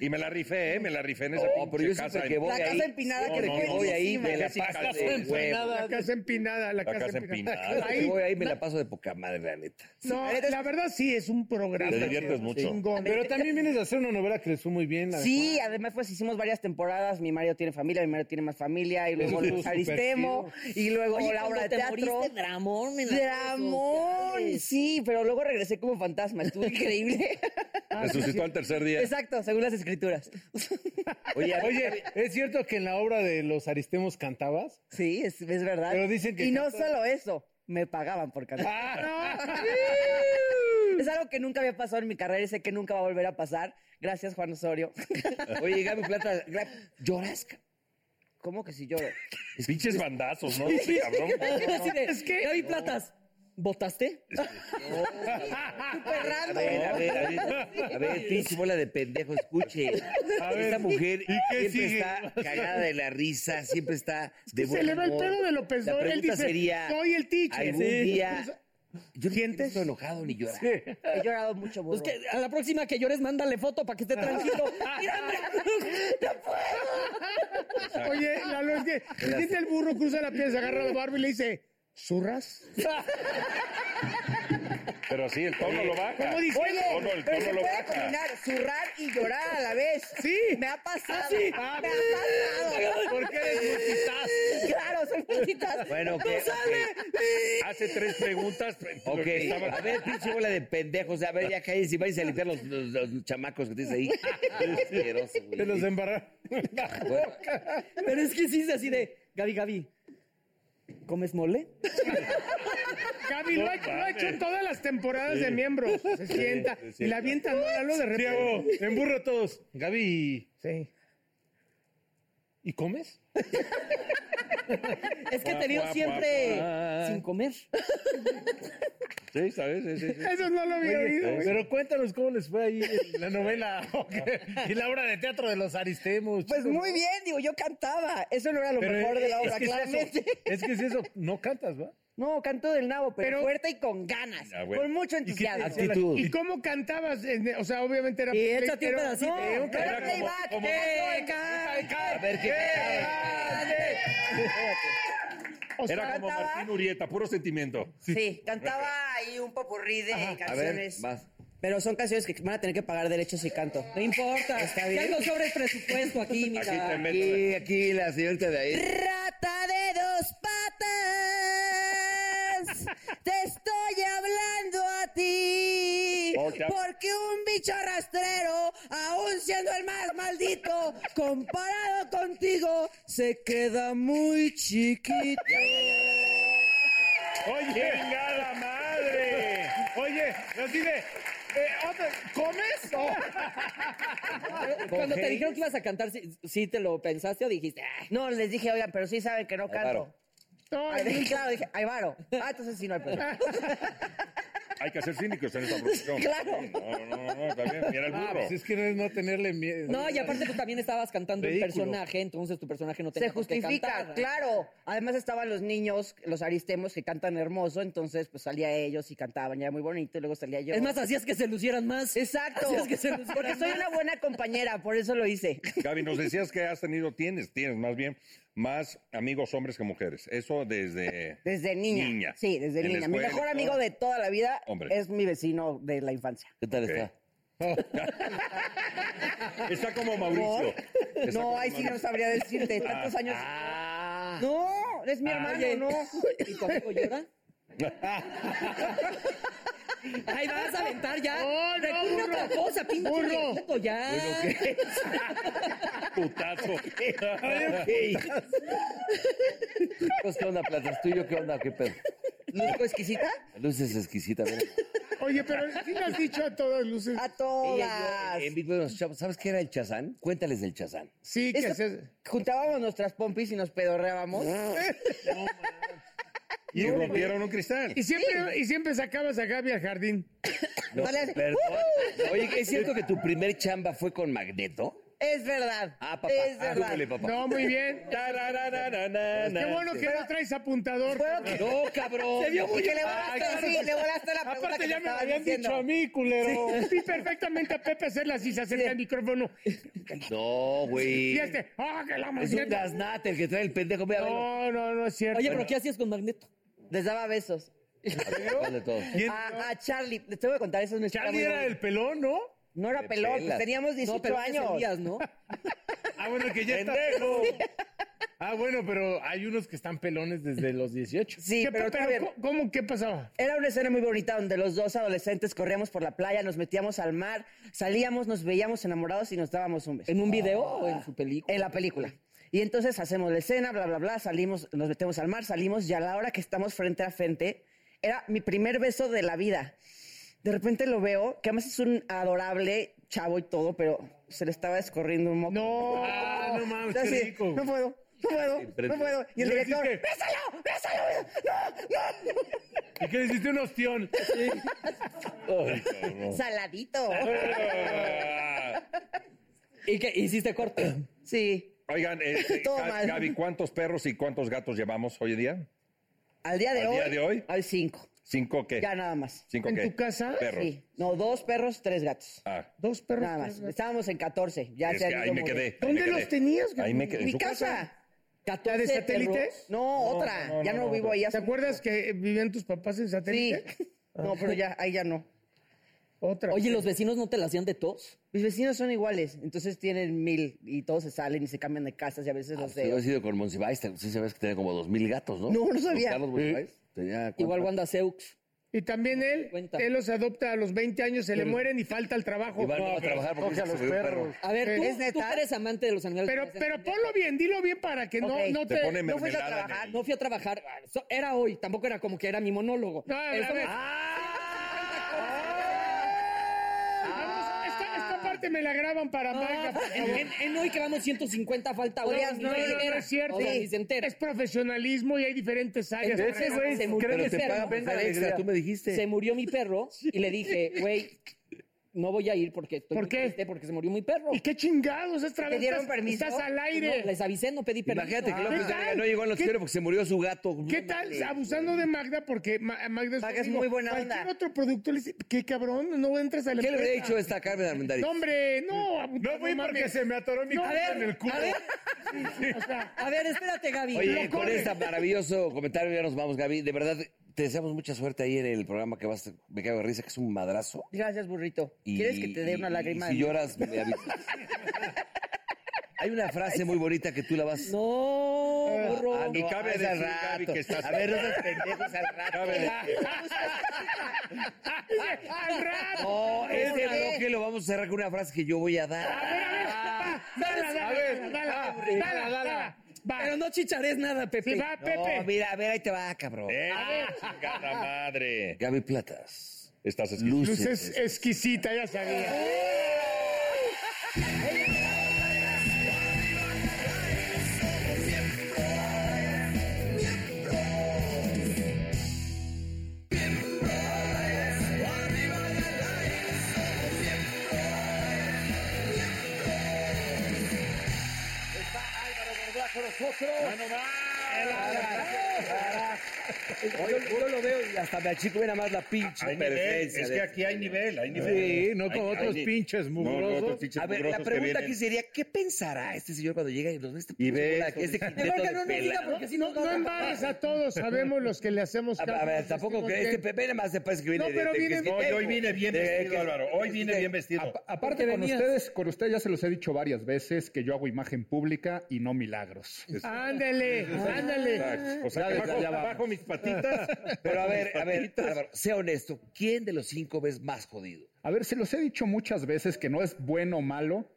E: Y me la rifé, ¿eh? Me la rifé en esa
B: No,
E: pinche
B: Oh, pero yo
E: casa
B: siempre
E: en-
B: que voy
C: La
B: ahí.
C: casa empinada
B: No,
C: que
B: no,
C: le
B: no, voy ahí, me la
E: Jessica,
B: paso
E: casa
B: de huevo.
G: La casa empinada, la,
E: La
G: casa
E: casa
G: empinada.
E: empinada.
B: Yo
G: Ahí,
B: voy ahí, me la paso de poca madre, la neta.
G: no, la verdad sí es un programa.
E: Te diviertes mucho.
G: Chingón.
F: Pero también vienes a hacer una novela que le fue muy bien. la de
C: Sí, además pues hicimos varias temporadas. Mi marido tiene familia, mi marido tiene más familia. Y luego
F: Eso estuvo
C: Luis Aristemo. Y luego
D: Oye,
C: la obra de
D: cuando te
C: teatro.
D: moriste, dramón. en las redes
C: Dramón,
D: sociales.
C: sí, pero luego regresé como fantasma, estuvo increíble. [laughs]
E: Resucitó al tercer día.
C: Exacto, según las escrituras.
B: Oye,
F: Juan. Oye, ¿es cierto que en la obra de los Aristemos cantabas?
C: Sí, es, es verdad.
F: Pero dicen que
C: y no
F: cantó-
C: solo eso, me pagaban por cantar. [laughs] Es algo que nunca había pasado en mi carrera y sé que nunca va a volver a pasar. Gracias, Juan Osorio.
B: oye, Gaby Plata, Gaby, ¿lloras?
C: ¿Cómo que si lloro?
E: Pinches bandazos, ¿no? Sí, cabrón.
D: Así de, Gaby Platas. ¿Votaste?
C: Súper
B: A
C: random.
B: ver, a ver, a ver, a
G: [laughs]
B: ver, pinche bola de pendejo, escuche.
C: A ver,
B: Esta mujer
C: ¿y
B: siempre
C: qué sigue?
B: está cagada de la risa, siempre está de
G: que se
B: buen
G: le va el
B: humor.
G: pedo de López
B: La
G: Dóriga, él
B: pregunta
G: dice,
B: sería,
G: "Soy el teacher".
B: Algún
G: Sí. [laughs]
B: día, yo no estoy enojado ni llorar.
C: He llorado mucho, burro.
D: Pues que a la próxima que llores, mándale foto para que esté [laughs] tranquilo. Mírame.
G: Oye, Lalo, es que dice el burro, cruza la piel, se agarra la barba y le dice, ¿zurras?
E: Pero sí, el tono lo baja.
G: ¿Cómo dice?
E: El tono, el
C: pero
E: tono
C: se
E: lo
C: puede
E: baja.
C: combinar zurrar y llorar a la vez.
G: Sí.
C: Me ha pasado.
D: Ah, sí.
C: Me ha pasado.
F: Porque eres multitask.
C: Claro, soy multitask.
B: Bueno,
C: ¡No
B: ¿qué?
C: sale!
E: Hace tres preguntas. pre-
B: Ok,
E: lo que estaba-
B: a ver, pinche bola de pendejos. A ver, ya cállense y váyanse a limpiar los, los- los chamacos que tienes ahí. Qué asqueroso, güey.
F: Te los embarraron.
B: Bueno,
D: Pero es que sí es así de, Gaby, Gaby, ¿comes mole?
G: Gaby, lo, ha, lo ha hecho en todas las temporadas de miembros. Se sienta
E: sí.
G: y la avienta ¿no, Lalo de repente.
F: Diego, emburro a todos. Gaby,
G: Sí.
F: ¿y comes?
D: Es que he tenido
E: Guau, guau,
D: siempre
E: guau.
D: sin comer.
E: Sí, ¿sabes? Sí, sí, sí.
G: Eso no lo había oído. güey.
F: eh, Pero cuéntanos cómo les fue ahí en la novela [laughs] ok, y la obra de teatro de los Aristemos.
C: Pues muy bien, digo, yo cantaba. Eso no era lo
F: Pero
C: mejor de la
F: es
C: obra,
F: que es eso,
C: claramente.
F: Es que si eso, no cantas, ¿va? Pues
C: No, canto del nabo, pero,
G: Pero- Ah,
C: fuerte y con ganas.
E: Ya, güey.
C: Con mucho entusiasmo.
B: actitud.
G: ¿Y cómo cantabas? En- O sea, obviamente era...
D: Y échate un
G: pero-
D: pedacito.
G: No, eh.
D: Un
C: No era
G: era como-
C: playback,
E: como-
C: era
B: A ver qué
G: o sea,
E: Era como
C: cantaba.
E: Martín Urieta, puro sentimiento.
C: Sí. cantaba ahí un popurrí de
B: A ver,
C: canciones.
B: vas.
D: Pero son canciones que van a tener que pagar derechos si canto. No importa. Está bien. Ya no sobres presupuesto aquí, mira.
E: Aquí te meto.
B: Aquí, aquí, la señorita de ahí.
C: Rata de dos patas, te estoy hablando a ti.
E: Oh, ya.
C: Porque un bicho rastrero, aún siendo el más maldito, comparado contigo, se queda muy chiquito.
F: Oye, venga la madre. Oye, nos dice, eh, otra- ¿comes? No.
D: [laughs] Cuando te dijeron que ibas a cantar, si, te lo pensaste o dijiste, "Ah,
C: No, les dije, oigan, pero sí saben que no canto.
B: varo.
G: no,
C: Ay, dije, claro, dije, ay, varo. Ah, entonces sí no hay [laughs] problema.
E: Hay que ser cínicos en esta producción.
C: [laughs] Claro.
E: Sí, No, no, no, no, está bien. Mira el
F: Ah,
E: burro.
F: pues es que no es no tenerle miedo.
D: No, y aparte tú también estabas cantando un
F: Ridículo.
D: personaje, entonces tu personaje no
C: Se
D: tenía por qué
C: justifica,
D: cantar.
C: claro. Además estaban los niños, los aristemos que cantan hermoso, entonces pues salía ellos y cantaban ya muy bonito y luego salía yo.
D: Es
J: [laughs]
D: más, hacías que se lucieran más.
C: exacto.
D: Hacías que se lucieran
C: Porque soy
D: más.
C: una buena compañera, por eso lo hice.
E: Gaby, nos decías que has tenido, tienes, tienes más bien, más amigos hombres que mujeres. Eso desde...
C: Desde niña.
E: Niña.
C: Sí, desde
E: En la
C: niña. Mi
E: escuela,
C: mejor
E: en
C: [clears throat] amigo
E: todo.
C: de toda la vida
E: Hombre.
C: es mi vecino de la infancia.
B: ¿Qué tal
E: Ok.
B: está?
C: [laughs]
E: Está como Mauricio. Está
C: No,
E: como
C: ahí sí no
E: Mauricio.
C: sabría decirte. Tantos años. No, es mi hermano,
D: Oye,
C: no.
D: ¿Y tu amigo llora? Ay, vas a aventar ya.
G: No, no,
D: Recurre a
G: burro.
D: otra cosa, pinche
G: Burro.
D: viejito, ya. [laughs]
B: [laughs]
E: Putazo.
B: Pues, ¿Qué onda, Platas? ¿Tú y yo qué onda? ¿Qué pedo?
C: ¿Luzco exquisita?
B: Luces exquisitas. ¿verdad?
G: Oye, pero sí le has dicho a todas luces.
C: A
B: Ella,
C: todas.
B: yo, En Big Brother nos echamos- ¿Sabes qué era el chazán? Cuéntales del chazán.
G: Sí, que
C: Eso-
G: se...
C: Juntábamos nuestras pompis y nos pedorreábamos.
E: Y rompieron un cristal.
G: Y siempre, y siempre sacabas a Gaby al jardín.
B: No,
C: Dale así.
B: perdón. Oye, ¿es cierto que tu primer chamba fue con Magneto?
C: Es verdad.
B: Ah, papá.
C: Es
B: Ah,
C: verdad.
B: súbele, papá.
G: No, muy
C: [laughs]
G: bien. Qué bueno que no traes apuntador.
C: Fueron que-
B: No, cabrón.
C: [laughs] Se vio muy que le
B: Ay,
C: volaste, sí, le volaste la pregunta
F: Aparte ya me
C: que te
F: lo
C: estaba
F: habían
C: diciendo.
F: dicho a mí, culero.
G: [laughs] Vi perfectamente a Pepe hacerla así, se acerca al micrófono.
B: No, güey.
G: Y este, ¡ah, que la
B: Es un
G: maceta!
B: gaznate el que trae el pendejo. Ve a verlo.
G: No, no, no es cierto.
D: Oye, pero ¿qué hacías con Magneto?
C: Les daba besos.
B: ¿Cuál de todos?
C: A, a Charlie, les tengo que contar, eso es una historia
F: Charlie
C: muy
F: era
C: buena.
F: el pelón, ¿no?
C: No era
B: Te
C: pelón, pues
B: pelas.
C: teníamos 18
D: pero
C: años.
D: Días, ¿no?
F: Ah, bueno, que ya está.
B: ¡Pendejo!
F: Ah, bueno, pero hay unos que están pelones desde los 18.
C: Sí,
G: ¿Qué- pero
C: pero, todavía-
G: ¿cómo- ¿cómo qué pasaba?
C: Era una escena muy bonita donde los dos adolescentes corríamos por la playa, nos metíamos al mar, salíamos, nos veíamos enamorados y nos dábamos un beso. Ah.
D: ¿En un video o en su película?
C: En la película. Y entonces hacemos la escena, bla, bla, bla, salimos, nos metemos al mar, salimos y a la hora que estamos frente a frente, era mi primer beso de la vida. De repente lo veo, que además es un adorable chavo y todo, pero se le estaba escorriendo un moco. [laughs]
G: No, ah, no mames, qué
C: Así,
G: rico.
C: No puedo, no puedo, no puedo. Y el
F: No
C: director,
F: existe.
C: ¡bésalo, bésalo! bésalo".
F: ¿Y qué le hiciste? Un ostión.
C: Saladito.
F: Ah.
D: ¿Y qué? ¿Hiciste corte?
C: [laughs] Sí.
E: Oigan, este,
C: [laughs] Todo
E: Ga-
C: mal.
E: Gaby, ¿cuántos perros y cuántos gatos llevamos hoy en día?
C: Al día de
E: ¿Al
C: hoy.
E: día de hoy?
C: Hay cinco.
E: ¿Cinco qué?
C: Ya nada más.
E: ¿Cinco ¿En qué? tu casa? Perros.
C: Sí. No, dos perros, tres gatos.
E: Ah.
C: Dos perros. Nada más. Estábamos en 14. Ya
E: Es
C: se han
E: que
C: ido
E: ahí me
C: muriendo.
E: quedé, ahí ¿Dónde me quedé. los tenías, Gabriel? Ahí me quedé, en
C: Mi
E: su
C: casa.
E: casa.
C: ¿14
G: de satélite?
C: perros. No, otra. ya no, vivo ahí.
G: ¿Te acuerdas que vivían tus papás en satélite?
C: No, pero ya, ahí ya no.
G: Otra.
D: Oye, ¿los vecinos no te la hacían de tos?
C: Mis vecinos son iguales, entonces tienen mil y todos se salen y se cambian de casas y a veces
E: Ah,
C: los
B: Yo
E: pues,
C: de...
B: he sido con Monsiváis, te- sí sabes que tenía como dos mil gatos, ¿no?
C: No, no sabía.
B: Carlos Monsiváis tenía
D: Igual Wanda Seux.
G: Y también él, él los adopta a los 20 años, se le mueren y falta al trabajo.
B: Y van a trabajar porque se subió el perro.
D: A ver,
G: Sí.
D: tú, tú que eres amante de los animales.
G: Pero, pero ponlo bien, dilo bien para que no, no te...
D: no fui a trabajar. No fui a trabajar. So- Era hoy. Tampoco era como que era mi monólogo.
G: No, a ver,
D: Eso-
G: a ver.
J: Ah,
G: Vamos, Ah, esta, esta parte me la graban para
D: No,
G: Magda, por
D: Ah, en,
G: favor.
D: en- en hoy que vamos 150 falta
G: No,
D: hoy.
G: no, no, no, es cierto. es profesionalismo y hay diferentes áreas.
D: Entonces, se murió mi perro. Se murió mi
G: [laughs]
D: perro y le dije, güey, no voy a ir porque estoy
G: ¿Por
D: muy
G: qué?
D: triste porque se murió mi perro.
G: ¿Y qué chingados? Esta
D: ¿Te
G: vez
D: dieron
G: estás,
D: permiso?
G: estás al aire.
D: No, les avisé, no pedí permiso.
B: Imagínate que López
G: Ah, ¿Qué
B: Dóriga
G: tal?
B: no llegó al
G: ¿Qué-
B: noticiero porque se murió su gato.
G: ¿Qué tal? Abusando de Magda porque Ma- Magda es,
B: Magda es
G: conmigo.
B: muy buena
G: Cualquier
B: onda.
G: otro producto le dice, qué cabrón, no entras a la
B: ¿Qué le hubiera
G: empresa".
B: dicho esta Carmen Armendariz?
G: No, hombre, no.
F: No fui porque se me atoró mi
G: No,
F: culo
G: a ver,
F: en
G: [laughs]
F: el culo.
G: a ver.
D: A ver, espérate, Gaby.
B: Oye, con este maravilloso comentario ya nos vamos, Gaby. De verdad, te deseamos mucha suerte ahí en el programa que vas, me cago de risa, que es un madrazo.
C: Gracias, burrito.
B: Y-
C: ¿Quieres que te dé una
B: y-
C: lágrima?
B: y Si lloras, me avisas. Hay una frase muy bonita que tú la vas...
D: No, burro.
B: Ah, no,
E: Y cabe
B: ah, es al
E: decir, Gaby,
B: rato.
E: que estás-
B: A ver, no seas pendejo, es al
E: Cabe decir.
G: Al rato.
B: No, este
G: Hombre.
B: bloque lo vamos a cerrar con una frase que yo voy a
D: Ah,
B: dar.
G: Dala,
F: A
G: dala,
F: ver.
G: dala,
F: Ah,
G: dala,
F: dala.
G: dala. Va.
D: Pero no chichares nada, Pepe.
G: Sí, va,
B: No,
G: Pepe.
B: mira, a ver, ahí te va, cabrón.
E: ¡Eh,
C: [laughs]
E: chingada madre!
B: Gaby Platas.
E: Estás esquivando.
B: Luces.
G: Luz es exquisita, ya sabía.
B: Yo, yo lo veo y hasta me achico mira más la pinche
E: Hay nivel,
B: preferencia.
E: es
B: de
E: que
B: este
E: aquí hay
B: señor.
E: nivel, hay nivel.
F: Sí, no como
E: Hay- hay
F: otros
E: ni-
F: pinches
E: No, no,
F: mugrosos.
E: otros pinches
B: A ver, la
E: mugrosos que
B: pregunta
E: vienen.
B: aquí sería, ¿qué pensará este señor cuando llega y nos ve este
E: Y ve
B: puto-
E: eso,
B: este
E: dice.
B: quinteto
D: Mejor que
B: de
D: no nos diga
B: pelados?
D: porque si no,
G: No embares a todos, sabemos los que le hacemos
B: A,
G: caso.
B: a ver, tampoco que este Pepe nada más se parece que viene
G: No, pero
B: de, de-
G: viene-
B: que-
E: No, yo hoy vine bien
B: de-
E: vestido,
B: que-
E: Álvaro. Hoy vine bien vestido.
K: Apa- aparte con
D: venías.
K: ustedes, con ustedes ya se los he dicho varias veces que yo hago imagen pública y no milagros. Ah,
G: Ándale, ándale.
E: O sea,
K: Ya, ya,
E: bajo,
K: ya vamos.
E: bajo mis patitas.
B: [laughs] Pero a ver, a ver, Álvaro, sea honesto, ¿quién de los cinco ves más jodido?
K: A ver, se los he dicho muchas veces que no es bueno o malo,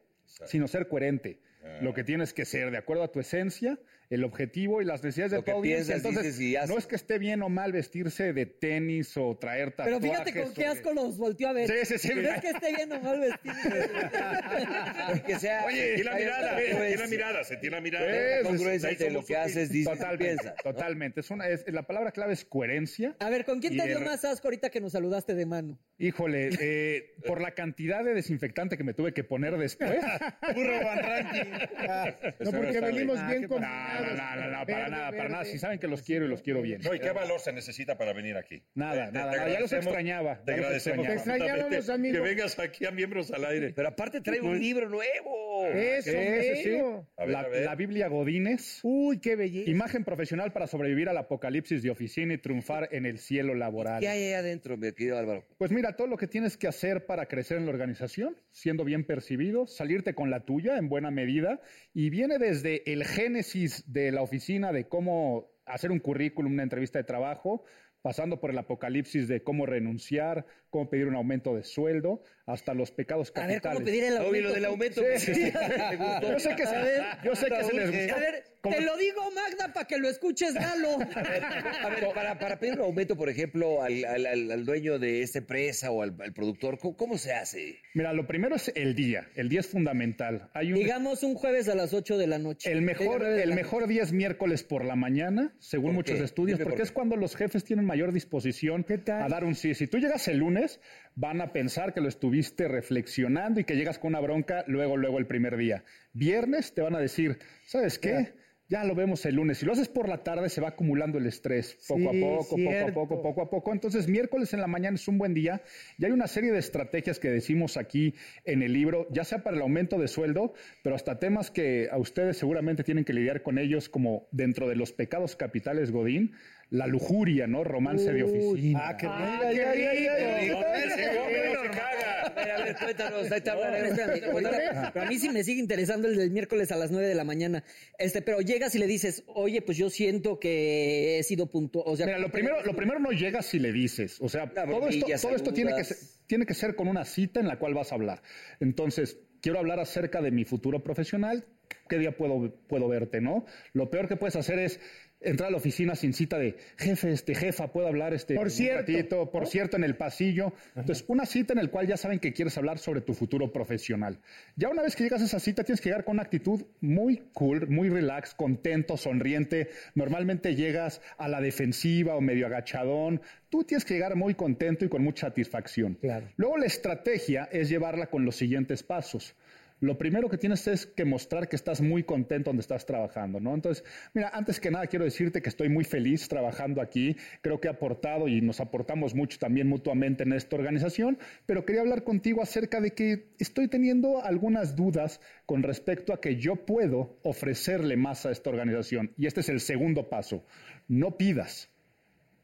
K: sino ser coherente. Lo que tienes que ser de acuerdo a tu esencia, el objetivo y las necesidades
B: Lo
K: de tu
B: que
K: audiencia.
B: piensas,
K: Entonces,
B: dices y haces.
K: no es que esté bien o mal vestirse de tenis o traer
D: Pero
K: tatuajes.
D: fíjate con qué
K: o-
D: asco los volteó a ver.
K: Sí, sí, sí,
D: ¿Crees
K: mira.
D: que esté bien o mal vestido?
B: Que sea
E: Oye, y la
B: hay
E: mirada,
B: una
E: ve, sentí la
B: congruencia.
E: mirada, sentí la mirada.
K: Ves,
E: La
B: congruencia
E: ahí
B: entre
E: somos
B: lo que
E: un-
B: haces, dices, y
K: Totalmente,
B: piensas. ¿no?
K: totalmente. Es una, es, la palabra clave es coherencia.
D: A ver, ¿con quién te
K: Y
D: dio
K: el-
D: más asco ahorita que nos saludaste de
G: [laughs]
D: mano?
K: Híjole, eh, por la cantidad de desinfectante que me tuve que poner después. [laughs]
E: Burro Van Ranking.
G: Ah, No, porque venimos
D: Ah,
G: bien
K: No, no, no,
G: combinados.
K: no, no, para
G: Verde,
K: nada, para
G: verde.
K: nada. Si saben que los quiero y los quiero bien.
E: No, ¿y qué valor se necesita para venir aquí?
K: Nada, nada,
E: Te- te- te
K: nada, ya los
E: agradecemos-
K: extrañaba,
E: Te
K: ya los
E: agradecemos.
K: extrañaba.
E: profundamente
G: Extrañábamos, amigo.
E: Que vengas aquí a miembros al
K: eh,
E: aire.
B: Pero aparte trae un libro nuevo.
G: Eso,
K: Ese sí.
G: mero.
E: A ver,
K: La,
E: a ver.
K: la Biblia Godínez.
G: Uy, qué belleza.
K: Imagen profesional para sobrevivir al apocalipsis de oficina y triunfar en el cielo laboral.
B: ¿Qué hay ahí adentro, mi querido Álvaro?
K: Pues mira, todo lo que tienes que hacer para crecer en la organización, siendo bien percibido, salirte con la tuya en buena medida, y viene desde el génesis de la oficina de cómo hacer un currículum, una entrevista de trabajo, pasando por el apocalipsis de cómo renunciar, cómo pedir un aumento de sueldo, hasta los pecados
D: A ver,
K: capitales.
D: ¿cómo pedir el
B: [laughs] Oye,
D: aumento?
B: lo del aumento.
K: Sí. Yo sé que se, yo sé que se les
D: A ver,
J: Te lo digo, Magda, para que lo escuches,
K: [laughs]
J: Galo.
B: A ver, para, para pedir un aumento, por ejemplo, al, al- al- al dueño de esta empresa o al, al productor, ¿cómo, cómo se hace?
K: Mira, lo primero es el día. El día es fundamental. Hay un,
J: Digamos un jueves a las 8 de la noche.
K: el mejor,
J: Diga, nueve de
K: el
J: la
K: mejor día es miércoles por la mañana, según
J: ¿Por qué?
K: muchos estudios,
J: Dime por
K: porque
J: qué.
K: es cuando los jefes tienen mayor disposición a dar un sí. Si tú llegas el lunes, van a pensar que lo estuviste reflexionando y que llegas con una bronca luego, luego el primer día. Viernes te van a decir, ¿sabes qué? Ya lo vemos el lunes. Si lo haces por la tarde, se va acumulando el estrés poco
F: Sí,
K: a poco, poco
F: cierto.
K: a poco, poco a poco. Entonces, miércoles en la mañana es un buen día y hay una serie de estrategias que decimos aquí en el libro, ya sea para el aumento de sueldo, pero hasta temas que a ustedes seguramente tienen que lidiar con ellos, como dentro de los pecados capitales Godín, la lujuria, ¿no? Romance de oficina. Ah, qué
J: A ver, cuéntanos, ahí te hablaré. Espérame, ahorita- pero a mí sí me sigue interesando el del miércoles a las 9 de la mañana. Este, pero llegas y le dices, oye, pues yo siento que he sido puntual. O sea,
K: Mira, lo primero, lo primero no llega si le dices. O sea, todo esto,
J: bromilla,
K: todo esto tiene, que
J: saludas.
K: ser, tiene que ser con una cita en la cual vas a hablar. Entonces, quiero hablar acerca de mi futuro profesional. ¿Qué día puedo, puedo verte, no? Lo peor que puedes hacer es entrar a la oficina sin cita de jefe, este, jefa, puedo hablar este
G: Por
K: un
G: cierto.
K: ratito, por cierto, en el pasillo. Entonces, una cita en la cual ya saben que quieres hablar sobre tu futuro profesional. Ya una vez que llegas a esa cita, tienes que llegar con una actitud muy cool, muy relax, contento, sonriente. Normalmente llegas a la defensiva o medio agachadón. Tú tienes que llegar muy contento y con mucha satisfacción. Luego, la estrategia es llevarla con los siguientes pasos lo primero que tienes es que mostrar que estás muy contento donde estás trabajando, ¿no? Entonces, mira, antes que nada quiero decirte que estoy muy feliz trabajando aquí, creo que he aportado y nos aportamos mucho también mutuamente en esta organización, pero quería hablar contigo acerca de que estoy teniendo algunas dudas con respecto a que yo puedo ofrecerle más a esta organización. Y este es el segundo paso, no pidas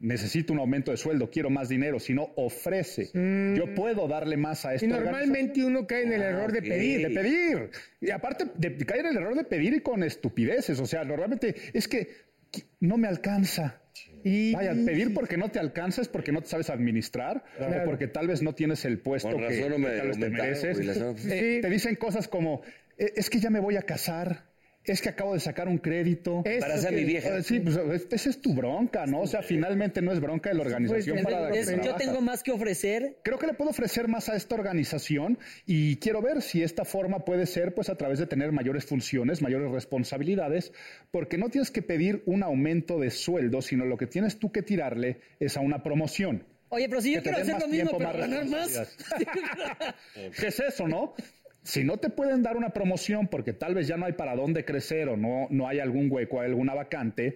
K: necesito un aumento de sueldo, quiero más dinero, sino ofrece. Yo puedo darle más a esta
G: Mm. Y normalmente uno cae en el
F: Ah,
G: error de pedir.
K: de pedir. Y aparte de caer en el error de pedir y con estupideces. O sea, normalmente es que qui- no me alcanza. Y... Vaya, pedir porque no te alcanza es porque no te sabes administrar
B: Claro.
K: o porque tal vez no tienes el puesto
B: Con
K: que,
B: razón no me
K: que tal vez te
B: aumentaron,
K: mereces.
B: güey, la semana pasada.
K: Eh, Te dicen cosas como, "Eh, es que ya me voy a casar. Es que acabo de sacar un crédito.
B: Para hacer mi vieja.
K: Eh, Sí, pues es- esa es tu bronca, ¿no? O sea, finalmente no es bronca de la organización
J: Pues,
K: para la que
J: es- yo
K: trabajas.
J: tengo más que ofrecer.
K: Creo que le puedo ofrecer más a esta organización y quiero ver si esta forma puede ser pues a través de tener mayores funciones, mayores responsabilidades, porque no tienes que pedir un aumento de sueldo, sino lo que tienes tú que tirarle es a una promoción.
J: Oye, pero si yo
K: Que te
J: quiero hacer
K: den más
J: lo mismo,
K: tiempo,
J: pero
K: más
J: ganar más.
K: ¿Qué [laughs] es eso, no? Si no te pueden dar una promoción porque tal vez ya no hay para dónde crecer o no, no hay algún hueco, hay alguna vacante,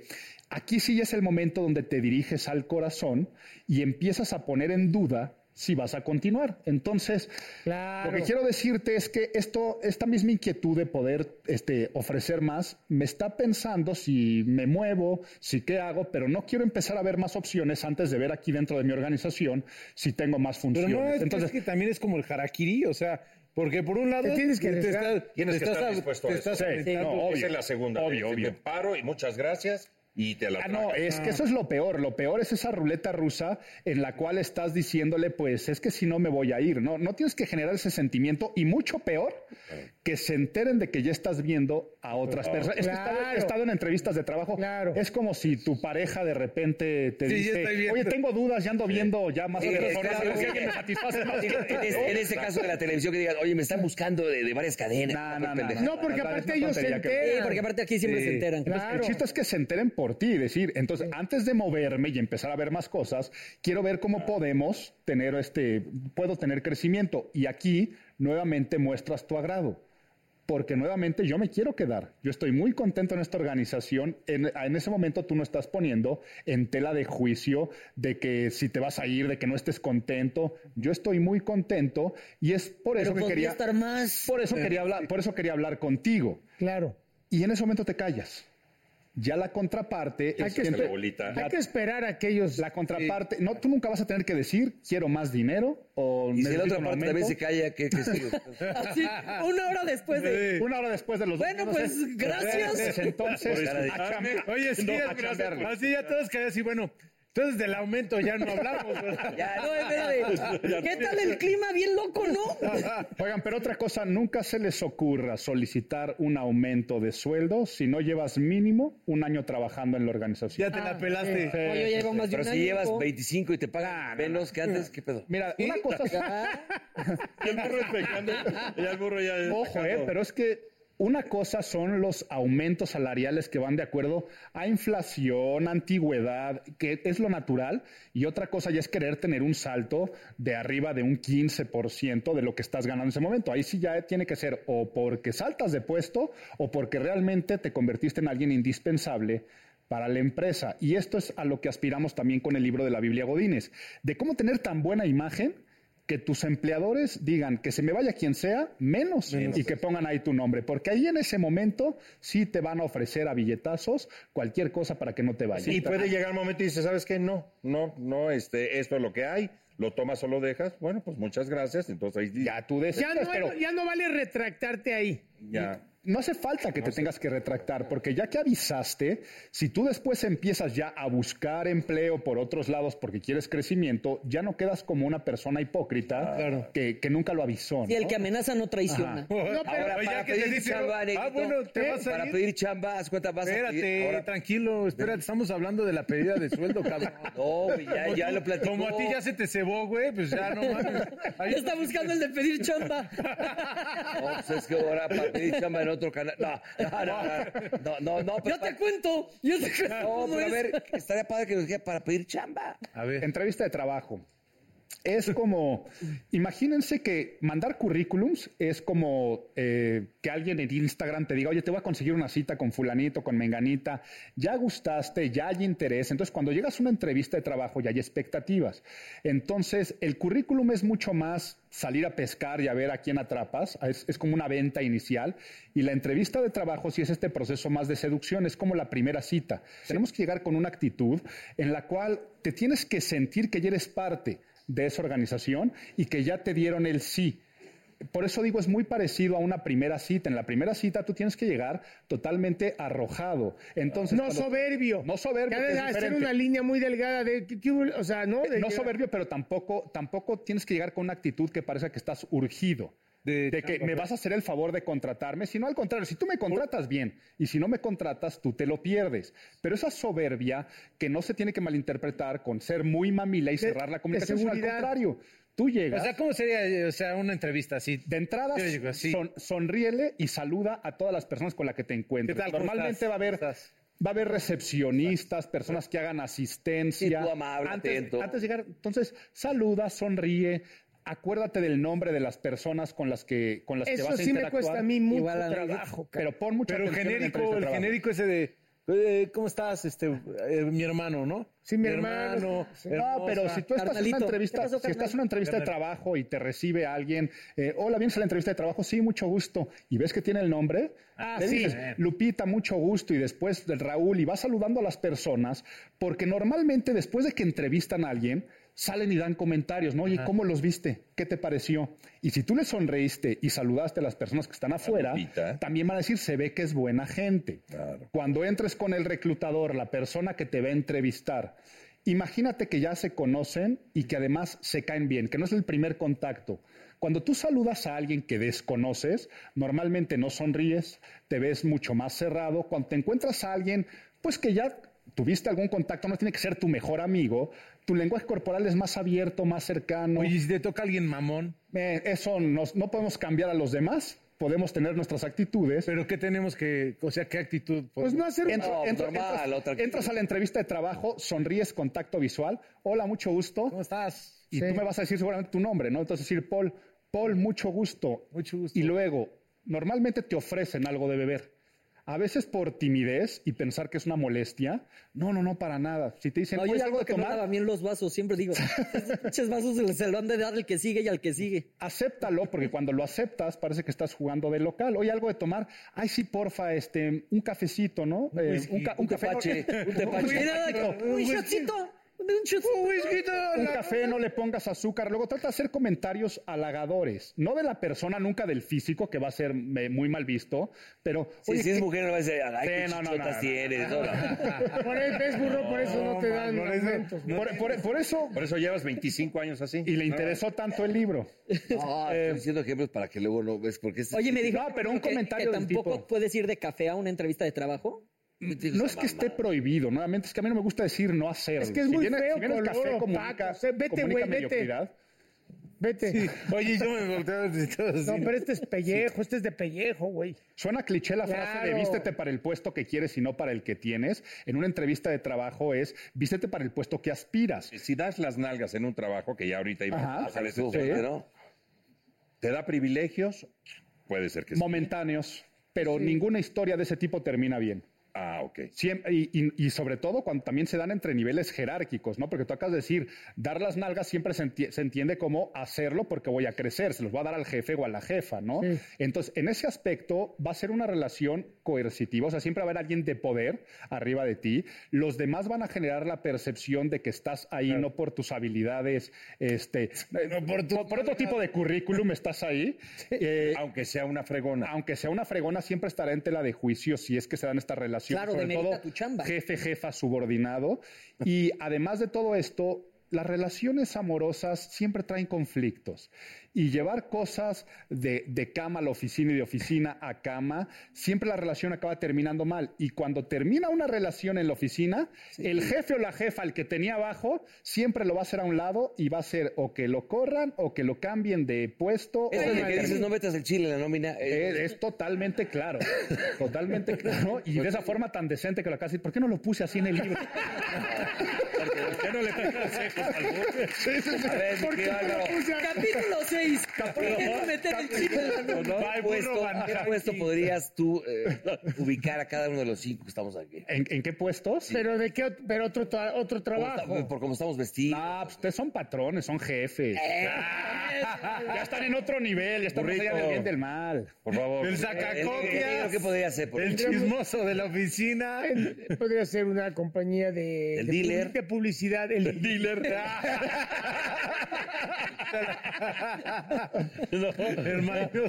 K: aquí sí es el momento donde te diriges al corazón y empiezas a poner en duda si vas a continuar. Entonces, lo que quiero decirte es que esto, esta misma inquietud de poder este, ofrecer más, me está pensando si me muevo, si qué hago, pero no quiero empezar a ver más opciones antes de ver aquí dentro de mi organización si tengo más
F: Pero
K: funciones.
F: no, es, que-
K: Entonces,
F: es que también es como el harakiri, o sea, porque por un lado...
K: Te tienes que arriesgar.
F: estás-
E: Tienes que
F: te
E: estar
F: estás-
E: dispuesto
F: te
E: a eso.
F: estás aventando.
E: No, Esa es la segunda. Obvio, obvio. Te paro y muchas gracias y te la
K: Ah, no,
E: tragas.
K: es que eso es lo peor. Lo peor es esa ruleta rusa en la cual estás diciéndole, pues es que si no me voy a ir. No, no tienes que generar ese sentimiento y mucho peor que se enteren de que ya estás viendo a otras
F: Claro.
K: personas. Es que he estado- he
F: Claro.
K: estado en entrevistas de trabajo. Es como si tu pareja de repente te
F: Sí, ya estoy
K: dice,
F: viendo.
K: oye, tengo dudas, ya ando viendo ya más
B: Sí,
K: personas.
B: Eh, claro.
K: creo que alguien me satisface más que
B: [laughs] En
K: otras,
B: este-
K: ¿no?
B: en este caso de la televisión que digan, oye, me están buscando de, de varias cadenas.
K: no, no, no. No, es una tontería que- Sí. El chiste es que se enteren por ti, decir, entonces, antes de moverme y empezar a ver más cosas, quiero ver cómo podemos tener este, puedo tener crecimiento. Y aquí nuevamente muestras tu agrado. Porque nuevamente yo me quiero quedar. Yo estoy muy contento en esta organización. En, en ese momento tú no estás poniendo en tela de juicio de que si te vas a ir, de que no estés contento. Yo estoy muy contento y es por
J: Pero
K: eso que
J: podría
K: quería
J: estar
K: [laughs]
J: más.
K: Por eso quería hablar, por eso quería hablar contigo.
G: Claro.
K: Y en ese momento te callas. Ya la
E: Ah,
K: contraparte
G: Hay
K: es
G: que
K: quien te-
G: esper- hay que eh, esperar a aquellos.
K: La contraparte, no, tú nunca vas a tener que decir quiero más dinero o
B: Y si la
K: necesito
B: otra
K: un
B: parte también
K: aumento.
B: se calla, ¿qué, qué
G: [laughs]
B: sigue?
J: Así, una hora después de.
K: Una hora después de los dos
J: Bueno,
K: minutos,
J: pues
K: ¿eh?
J: gracias.
K: Entonces,
F: Por
K: entonces,
F: escucharme.
K: a chambe-
F: Ah, Oye, sí,
K: no, a
F: gracias.
K: chambearle.
F: Así ya todos caen así, bueno,
G: Entonces del aumento ya no hablamos.
J: [laughs] Ya, no, en
K: [laughs]
J: vez
F: [laughs]
J: de- ¿Qué tal el clima? Bien loco, ¿no?
K: [laughs] Oigan, pero otra cosa, nunca se les ocurra solicitar un aumento de sueldo si no llevas mínimo un año trabajando en la organización.
G: Ya te la Ah, pelaste. sí.
K: Sí, sí,
G: No, yo llevo
K: sí.
G: más de
B: Pero
G: un
B: si
G: año,
B: llevas
G: hijo.
B: 25 y te pagan menos que antes, ¿qué pedo?
K: Mira, una cosa
E: Y el burro espejando. Y el burro ya.
K: Ojo, eh, pero es que una cosa son los aumentos salariales que van de acuerdo a inflación, antigüedad, que es lo natural, y otra cosa ya es querer tener un salto de arriba de un 15% de lo que estás ganando en ese momento. Ahí sí ya tiene que ser o porque saltas de puesto o porque realmente te convertiste en alguien indispensable para la empresa. Y esto es a lo que aspiramos también con el libro de la Biblia Godínez, de cómo tener tan buena imagen que tus empleadores digan que se me vaya quien sea, menos, y que pongan ahí tu nombre, porque ahí en ese momento sí te van a ofrecer a billetazos cualquier cosa para que no te vayas.
E: Y Ah, puede llegar un momento y dice, ¿sabes qué? No, no, no, este, esto es lo que hay. Lo tomas o lo dejas. Bueno, pues muchas gracias. Entonces ahí
K: ya tú
F: Pues
G: Ya no, ya no vale retractarte ahí.
E: Ya.
K: No hace falta que te tengas que retractar, porque ya que avisaste, si tú después empiezas ya a buscar empleo por otros lados porque quieres crecimiento, ya no quedas como una persona hipócrita que, que nunca lo avisó.
J: Y el
K: ¿no?
J: que amenaza no
K: [laughs]
J: traiciona.
K: Ajá. No, pero-
B: Ahora,
K: Oye,
B: para
K: que te
B: pedir
K: dicen,
B: chamba,
K: ah,
B: Negrito,
K: bueno, te vas a
B: para
K: ir.
B: pedir chamba, haz cuenta, vas a pedir.
L: Espérate,
B: Ahora,
L: tranquilo, espérate, estamos hablando de la pedida de sueldo, cabrón.
B: [laughs] No, güey, ya-
L: Como
B: ya
L: tú-
B: lo platicó.
L: Como a ti ya se te cebó, güey, pues ya no mames.
J: Ya está buscando el de pedir chamba.
B: no, pues es que ahora para pedir chamba en otro canal. No, no, no, no, no, no, no, pero
J: Yo te cuento, yo te cuento.
B: No,
J: cómo
B: pero a
J: pues es.
B: ver, estaría padre que nos dijera para pedir chamba.
K: A ver. Entrevista de trabajo. Es [laughs] como, imagínense que mandar currículums es como eh, que alguien en Instagram te diga, oye, te voy a conseguir una cita con fulanito, con menganita, ya gustaste, ya hay interés. Entonces, cuando llegas a una entrevista de trabajo ya hay expectativas. Entonces, el currículum es mucho más salir a pescar y a ver a quién atrapas, es, es como una venta inicial, y la entrevista de trabajo sí es este proceso más de seducción, es como la primera cita. Tenemos que llegar con una actitud en la cual te tienes que sentir que ya eres parte de esa organización y que ya te dieron el sí. Por eso digo, es muy parecido a una primera cita. En la primera cita tú tienes que llegar totalmente arrojado. Entonces,
G: No
K: cuando-
G: soberbio.
K: No soberbio. que
G: Debes
K: es
G: hacer
K: diferente.
G: una línea muy delgada de... ¿qué- qué hubo? O sea, ¿no? De-
K: Eh, No soberbio, pero tampoco, tampoco tienes que llegar con una actitud que parece que estás urgido. De, que me vas a hacer el favor de contratarme, sino al contrario, si tú me contratas bien y si no me contratas, tú te lo pierdes. Pero esa soberbia que no se tiene que malinterpretar con ser muy mamila y cerrar la comunicación, sino al
L: seguridad.
K: contrario, tú llegas.
L: O sea, ¿cómo sería eh, o sea, una entrevista así?
K: De entrada,
L: Yo digo, sí.
K: son- sonríele y saluda a todas las personas con las que te encuentres.
L: ¿Qué tal? ¿Cómo
K: Normalmente
L: estás?
K: va a haber. Va a haber recepcionistas, personas que hagan asistencia.
B: Sí, tú amable,
K: antes,
B: atento.
K: antes de llegar, entonces saluda, sonríe, acuérdate del nombre de las personas con las que con las que
G: Eso
K: vas a
G: sí me
K: interactuar.
G: cuesta a mí mucho
K: Igual a-
G: trabajo,
K: Pero pon mucha
L: Pero
K: atención en la
L: genérico,
K: entrevista de
L: el
K: trabajo.
L: genérico ese de. eh, ¿Cómo estás, este, eh, mi hermano, no?
G: Sí, mi hermano.
K: No, pero si tú estás en una entrevista, si estás en una entrevista de
L: Carnal.
K: trabajo y te recibe alguien, eh, hola, vienes a la entrevista de trabajo, sí, mucho gusto, y ves que tiene el nombre,
G: Ah,
K: le
G: sí.
K: dices, Lupita, mucho gusto, y después del Raúl, y vas saludando a las personas, porque normalmente después de que entrevistan a alguien, salen y dan comentarios, ¿no? Oye, ¿cómo los viste? ¿Qué te pareció? Y si tú le sonreíste y saludaste a las personas que están afuera,
E: Lupita.
K: también van a decir, se ve que es buena gente. Cuando entres con el reclutador, la persona que te va a entrevistar, imagínate que ya se conocen y que además se caen bien, que no es el primer contacto. Cuando tú saludas a alguien que desconoces, normalmente no sonríes, te ves mucho más cerrado. Cuando te encuentras a alguien, pues que ya tuviste algún contacto, no tiene que ser tu mejor amigo, tu lenguaje corporal es más abierto, más cercano.
L: Oye, ¿y si te toca alguien mamón.
K: Eh, eso nos- no podemos cambiar a los demás, podemos tener nuestras actitudes.
L: Pero ¿qué tenemos que, o sea, qué actitud?
K: Pues no hacer
L: Entra-
K: no,
L: entra-
K: normal,
L: entras-
K: otra actitud. Entras a la entrevista de trabajo, sonríes, contacto visual. Hola, mucho gusto. ¿Cómo
L: estás?
K: Y
L: Sí.
K: tú me vas a decir seguramente tu nombre, ¿no? Entonces decir, Paul, Paul, mucho gusto. Mucho gusto. Y luego, normalmente te ofrecen algo de beber. A veces por timidez y pensar que es una molestia. No, no, no, para nada. Si te dicen,
J: No, yo
K: oye,
J: algo
K: algo de
J: que no
K: tomar,
J: lavan bien los vasos, siempre digo. Esos pinches vasos
K: [laughs]
J: se los- se lo han de dar al que sigue y al que sigue.
K: acéptalo, porque cuando lo aceptas parece que estás jugando de local. Oye, algo de tomar. Ay, sí, porfa, este, un cafecito, ¿no? Eh,
B: whisky,
K: ca- [laughs]
B: un tepache, un tepache.
J: Mira,
K: Un
J: un shotcito, un shot.
K: Un café, no le pongas azúcar. Luego trata de hacer comentarios halagadores. No de la persona, nunca del físico, que va a ser eh, muy mal visto, pero...
B: Sí, si es
K: ¿qué-
B: mujer, no va a decir, ay, qué
K: Sí, no, no,
B: chichotas
K: no, no.
B: tienes. no, no.
G: Por el pez burro, por eso no, te dan.
K: No, no, no.
G: aumentos.
K: por, por- por eso...
M: Por eso llevas 25 años así.
K: Y le
E: eh,
K: interesó tanto el libro. Eh,
B: No,
E: ah,
B: estoy diciendo
E: pues,
B: ejemplos para que luego no ves porque es...
J: Oye, me dijo.
K: No, pero un
J: que-
K: comentario
J: que
K: del
J: tampoco
K: tipo.
J: puedes ir de café a una entrevista de trabajo.
K: No es que esté prohibido, nuevamente, es que a mí no me gusta decir no hacerlo.
J: Es que es muy feo,
K: el
J: color
K: café
J: opaco.
K: comunica,
J: O sea, vete,
K: comunica
J: güey, vete.
K: mediocridad.
G: Vete.
K: Oye, yo me volteo
G: No, pero este es pellejo, este es de pellejo, güey.
K: Suena cliché la frase de
G: Claro.
K: vístete para el puesto que quieres y no para el que tienes. En una entrevista de trabajo es vístete para el puesto que aspiras.
M: Si das las nalgas en un trabajo, que ya ahorita iba
K: Ajá.
M: a pasar ese
K: Sí.
M: tema, ¿Te da privilegios? Puede ser que sí.
K: Momentáneos, pero ninguna historia de ese tipo termina bien.
M: Ah, ok.
K: Siem- y, y- y sobre todo cuando también se dan entre niveles jerárquicos, ¿no? Porque tú acabas de decir, dar las nalgas siempre se, enti- se entiende como hacerlo porque voy a crecer, se los voy a dar al jefe o a la jefa, ¿no? Entonces, en ese aspecto va a ser una relación coercitiva, o sea, siempre va a haber alguien de poder arriba de ti, los demás van a generar la percepción de que estás ahí no por tus habilidades, este, por, por otro tipo de currículum estás ahí. eh,
M: aunque sea una fregona.
K: Aunque sea una fregona, siempre estará en tela de juicio si es que se dan estas relaciones relación,
J: Claro,
K: sobre
J: demerita
K: todo
J: tu chamba.
K: jefe, jefa, subordinado. Y además de todo esto, las relaciones amorosas siempre traen conflictos. Y llevar cosas de, de cama a la oficina y de oficina a cama, siempre la relación acaba terminando mal. Y cuando termina una relación en la oficina, el jefe o la jefa, el que tenía abajo, siempre lo va a hacer a un lado y va a ser o que lo corran o que lo cambien de puesto.
B: Eso
K: o
B: de que dices, no metas el chile en la nómina.
K: es, Eh, es totalmente claro,
J: [laughs]
K: totalmente claro. Y de esa forma tan decente que lo acabas de decir, ¿por qué no lo puse así en el libro?
M: no le das consejos al
G: [laughs]
B: A ver, mi querido
D: Ah,
B: Álvaro.
J: Capítulo 6. ¿Por qué no meter el chile?
B: ¿Con qué puesto, a qué [laughs] puesto podrías tú eh, ubicar a cada uno de los cinco que estamos aquí?
K: ¿En, en qué puestos?
G: Pero de qué ot- pero otro, tra- otro
B: ¿Cómo está-
G: trabajo.
B: por cómo estamos vestidos.
K: Ah, pues ustedes son patrones, son
J: Eh,
K: jefes.
G: Eh.
K: Ah,
J: [laughs]
K: ya están en otro nivel, ya están más allá del
M: Burrito.
K: bien y del mal.
M: Por favor.
K: El
B: sacacopias. ¿Qué podría ser? por
K: El
B: ejemplo?
K: chismoso de la oficina.
G: El- Podría ser una compañía de,
B: El
G: de
B: dealer.
G: public- de publicidad. El, [laughs]
K: dealer.
F: Ah, Hermano,
B: El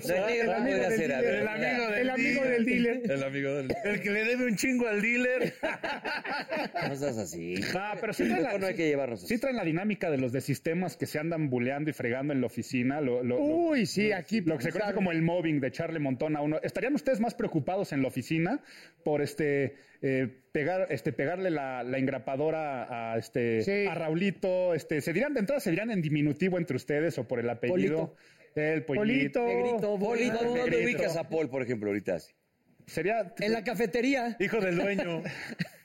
B: negro
F: el amigo
B: Ah, podría
F: del
B: ser, a ver,
F: dealer. El amigo
G: El amigo
F: del
G: del dealer.
M: El amigo del.
F: El que le debe un chingo al dealer.
B: No seas así.
K: No, Ah,
G: [laughs]
K: pero sí traen,
B: Mejor no
K: la,
B: hay que llevarnos
K: sí traen la dinámica de los de sistemas que se andan buleando y fregando en la oficina. Lo, lo- lo-
G: Uy, sí, aquí.
K: lo que se conoce como el mobbing de Charlie Montón a uno. ¿Estarían ustedes más preocupados en la oficina por este eh, pegar, este, pegarle la, la engrapadora a este
G: Sí.
K: a Raulito? Este, se dirán de entrada, se dirán en diminutivo entre ustedes o por el apellido.
J: Polito.
K: El pollito.
G: Polito.
J: Negrito,
B: Poli,
J: bonito.
B: ¿dónde
K: Negrito.
B: ubicas a Paul, por ejemplo, ahorita?
K: Sería.
J: En la cafetería.
F: Hijo del dueño.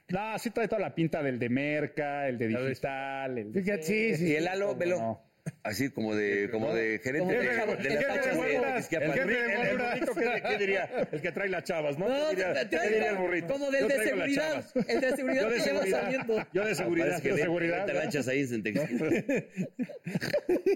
K: No, sí trae toda la pinta del de merca, el de digital, el de-
G: Fíjate, sí, sí.
B: Y el Lalo, velo.
K: No.
B: Así como de, como de gerente
J: Como
B: de,
J: de
B: de,
J: chavo-
B: las
J: jefe de
B: tachas de- de
J: guardas,
B: Izquiapan.
M: El, el burrito, ¿qué, qué diría? El que trae las chavas, ¿no?
J: No,
M: ¿Qué diría,
J: te- te-
M: qué diría el burrito?
J: como del
M: Yo
J: de
M: traigo las
J: seguridad,
M: chavas.
J: el de seguridad
M: Yo de
J: que lleva
M: seguridad.
J: saliendo.
M: Yo de seguridad.
B: Ah, Parece que
M: yo de
B: de-
M: seguridad.
B: te lanchas ahí en Centex.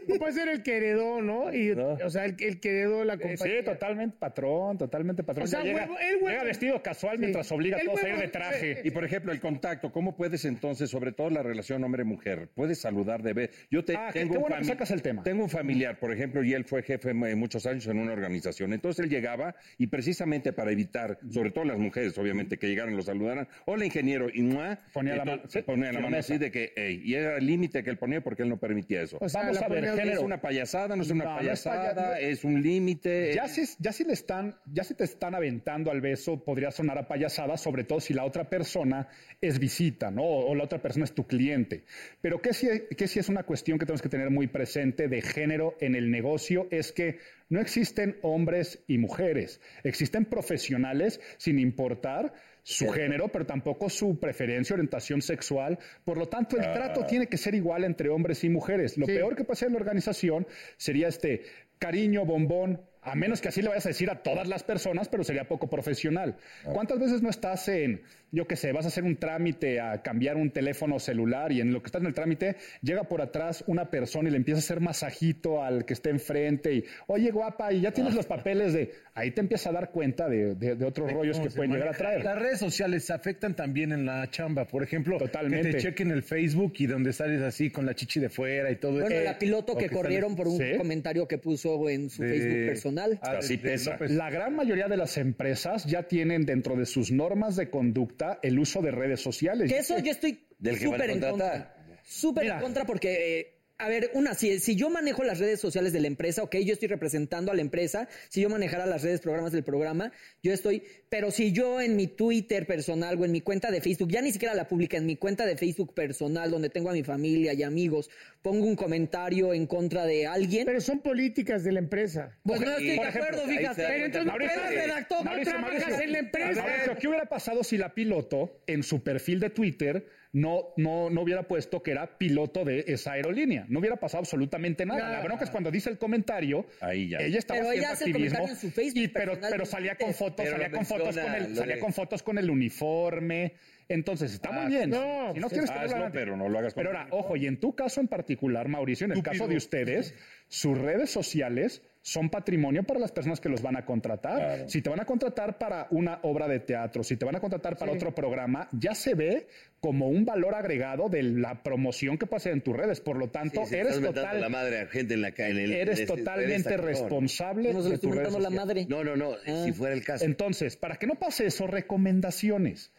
G: No puede ser el que heredó, ¿no? Y,
M: No.
G: O sea, el, el que heredó la
K: Eh,
G: compañía.
K: Sí, totalmente patrón, totalmente patrón.
G: O sea,
K: Ya llega,
G: huevo- el huevo-
K: llega vestido casual mientras obliga a
G: El
K: todos a ir
G: huevo-
K: de traje.
M: Y por ejemplo, el contacto, ¿cómo puedes entonces, sobre todo la relación hombre-mujer, puedes saludar de vez? Yo te,
K: Ah, qué-
M: tengo,
K: qué
M: un
K: bueno que
M: fami-
K: sacas el tema.
M: tengo un familiar, por ejemplo, y él fue jefe eh, muchos años en una organización. Entonces él llegaba y precisamente para evitar, sobre todo las mujeres, obviamente, que llegaran y lo saludaran, hola ingeniero, y muá,
K: Ponía la
M: entonces,
K: mano,
M: se
K: sí,
M: ponía la
K: en la
M: mano
K: mesa.
M: así de que, "Ey", y era el límite que él ponía porque él no permitía eso.
G: O sea,
M: Vamos
G: la
M: a ver,
G: ponía de-
M: ¿es una payasada? ¿No es una
K: No, no es
M: payasada?
K: paya- no-
M: ¿Es un límite?
K: Ya si, ya si le están, ya si te están aventando al beso, podría sonar a payasada, sobre todo si la otra persona es visita, ¿no? O, o la otra persona es tu cliente. Pero que si, que si es una cuestión que tenemos que tener muy presente de género en el negocio es que no existen hombres y mujeres, existen profesionales sin importar su género, pero tampoco su preferencia, orientación sexual. Por lo tanto, el
M: Ah.
K: trato tiene que ser igual entre hombres y mujeres. Lo peor que puede ser en la organización sería este cariño, bombón, A menos que así le vayas a decir a todas las personas, pero sería poco profesional. ¿Cuántas veces no estás en, yo qué sé, vas a hacer un trámite a cambiar un teléfono celular y en lo que estás en el trámite llega por atrás una persona y le empieza a hacer masajito al que esté enfrente y, oye guapa, y ya
L: Ah.
K: tienes los papeles de, ahí te empiezas a dar cuenta de, de- de otros rollos
L: cómo
K: que
L: se
K: pueden llegar a
L: maneja.
K: traer.
L: Las redes sociales afectan también en la chamba. Por ejemplo,
K: Totalmente.
L: que te chequen el Facebook y donde sales así con la chichi de fuera y todo
J: Bueno,
L: eso.
J: la piloto
L: O
J: que corrieron
L: sales-
J: por un
L: Sí.
J: [laughs] comentario que puso en su
L: De-
K: Eh,
J: Facebook personal.
L: Ah, Así de- de pesa. López.
K: La gran mayoría de las empresas ya tienen dentro de sus normas de conducta el uso de redes sociales.
J: Que eso yo estoy
K: Del que
J: súper
K: vale
J: en
K: contratar.
J: contra. Súper en contra porque, eh, a ver, una, si, si yo manejo las redes sociales de la empresa, ok, yo estoy representando a la empresa, si yo manejara las redes programas del programa, yo estoy, pero si yo en mi Twitter personal o en mi cuenta de Facebook, ya ni siquiera la pública, en mi cuenta de Facebook personal, donde tengo a mi familia y amigos, pongo un comentario en contra de alguien.
G: Pero son políticas de la empresa.
J: Pues no estoy
K: Por
J: de
K: ejemplo,
J: acuerdo,
K: ahí
J: fíjate.
K: se da
J: Pero
K: cuenta-
J: entonces no
K: Mauricio,
J: puedes
K: eh,
J: redactor, no
K: Mauricio,
J: trabajas
K: Mauricio,
J: en la empresa.
K: Mauricio, ¿qué hubiera pasado si la piloto en su perfil de Twitter no, no, no hubiera puesto que era piloto de esa aerolínea? No hubiera pasado absolutamente nada.
J: Nada.
K: La bronca es cuando dice el comentario,
M: Ahí ya.
K: ella estaba
J: Pero ella
K: haciendo
J: hace el comentario
K: activismo,
J: en su Facebook
K: y- pero,
J: personal
K: pero
J: de
K: salía
J: Twitter.
K: con fotos,
J: Pero
K: salía
J: lo
K: con fotos,
J: menciona,
K: con el,
J: lo
K: salía
J: de-
K: con fotos con el uniforme. Entonces, está muy bien.
M: no,
K: si no
M: sí.
K: quieres
M: Hazlo,
K: tenerlo adelante.
M: pero no lo hagas con
K: Pero ahora, ojo, y en tu caso en particular, Mauricio, en el
M: Estúpido.
K: caso de ustedes, sus redes sociales son patrimonio para las personas que los van a contratar.
M: Claro.
K: Si te van a contratar para una obra de teatro, si te van a contratar para
G: Sí.
K: otro programa, ya se ve como un valor agregado de la promoción que puede hacer en tus redes. Por lo tanto,
B: Sí, sí,
K: eres
B: estás mentando
K: total.
B: la madre a gente en la ca- en el-
K: eres
B: en este-
K: totalmente
B: en esta- no, no.
K: responsable de tus redes sociales.
B: No, no, no.
J: Ah.
B: Si fuera el caso.
K: Entonces, para que no pase eso, recomendaciones.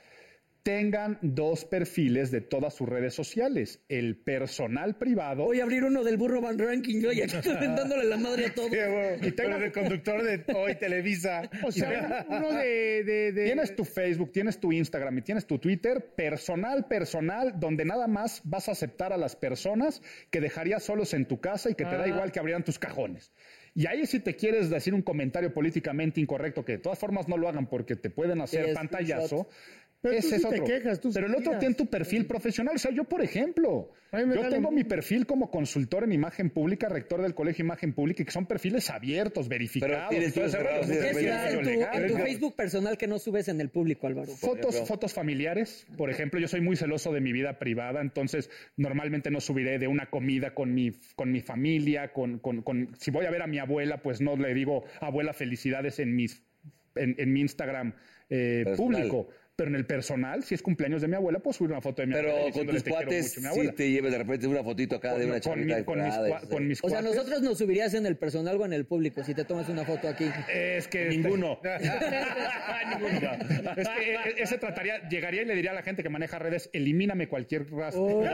K: Tengan dos perfiles de todas sus redes sociales, el personal privado.
J: Voy a abrir uno del burro Van Ranking yo y aquí
K: [laughs]
J: estoy dándole la madre a todo.
K: Y tengan-
L: Pero el conductor de hoy
J: [laughs]
L: Televisa.
K: O [laughs] sea, Pues, uno de, Tienes tu Facebook, tienes tu Instagram y tienes tu Twitter personal, personal, donde nada más vas a aceptar a las personas que dejarías solos en tu casa y que te
M: Ah.
K: da igual que abrieran tus cajones. Y ahí si te quieres decir un comentario políticamente incorrecto, que de todas formas no lo hagan porque te pueden hacer
G: Sí,
K: pantallazo.
G: screenshot. Pero
K: ese
G: tú
K: es
G: sí te
K: otro.
G: quejas, tú sí
K: Pero el otro
G: tiras.
K: tiene tu perfil profesional. O sea, yo, por ejemplo,
G: mí me
K: yo
G: vale
K: tengo
G: madre.
K: mi perfil como consultor en imagen pública, rector del Colegio de Imagen Pública, y que son perfiles abiertos, verificados.
B: tienes
K: todo
B: tú
K: ese
B: cerrado,
K: rollo.
B: sí, pues,
K: No
B: de
J: ¿Qué
K: es
J: será
K: rollo
J: en tu,
K: legal,
J: en tu
K: ¿no?
J: Facebook personal que no subes en el público, Álvaro?
K: Fotos, fotos familiares, por ejemplo, yo soy muy celoso de mi vida privada, entonces normalmente no subiré de una comida con mi, con mi familia, con, con- con- si voy a ver a mi abuela, pues no le digo abuela felicidades en, mis, en, en mi Instagram eh,
B: Personal.
K: público, pero en el personal, si es cumpleaños de mi abuela, pues subir una foto de mi
B: Pero
K: abuela.
B: con
K: diciéndole,
B: tus
K: "Te quiero
B: cuates,
K: mucho, mi
B: si
K: abuela".
B: te lleves de repente una fotito acá de
K: Con-
B: una
K: con
B: chavita
K: mi-
B: de
K: con mis
B: encuerada,
K: cua-
B: eso.
K: con mis
J: O sea,
K: cuates.
J: nosotros nos subirías en el personal o en el público si te tomas una foto aquí.
K: Es que [laughs] Ah, ninguno. Ninguno. Es que eh, eh, ese trataría, llegaría y le diría a la gente que maneja redes, elimíname cualquier rastro.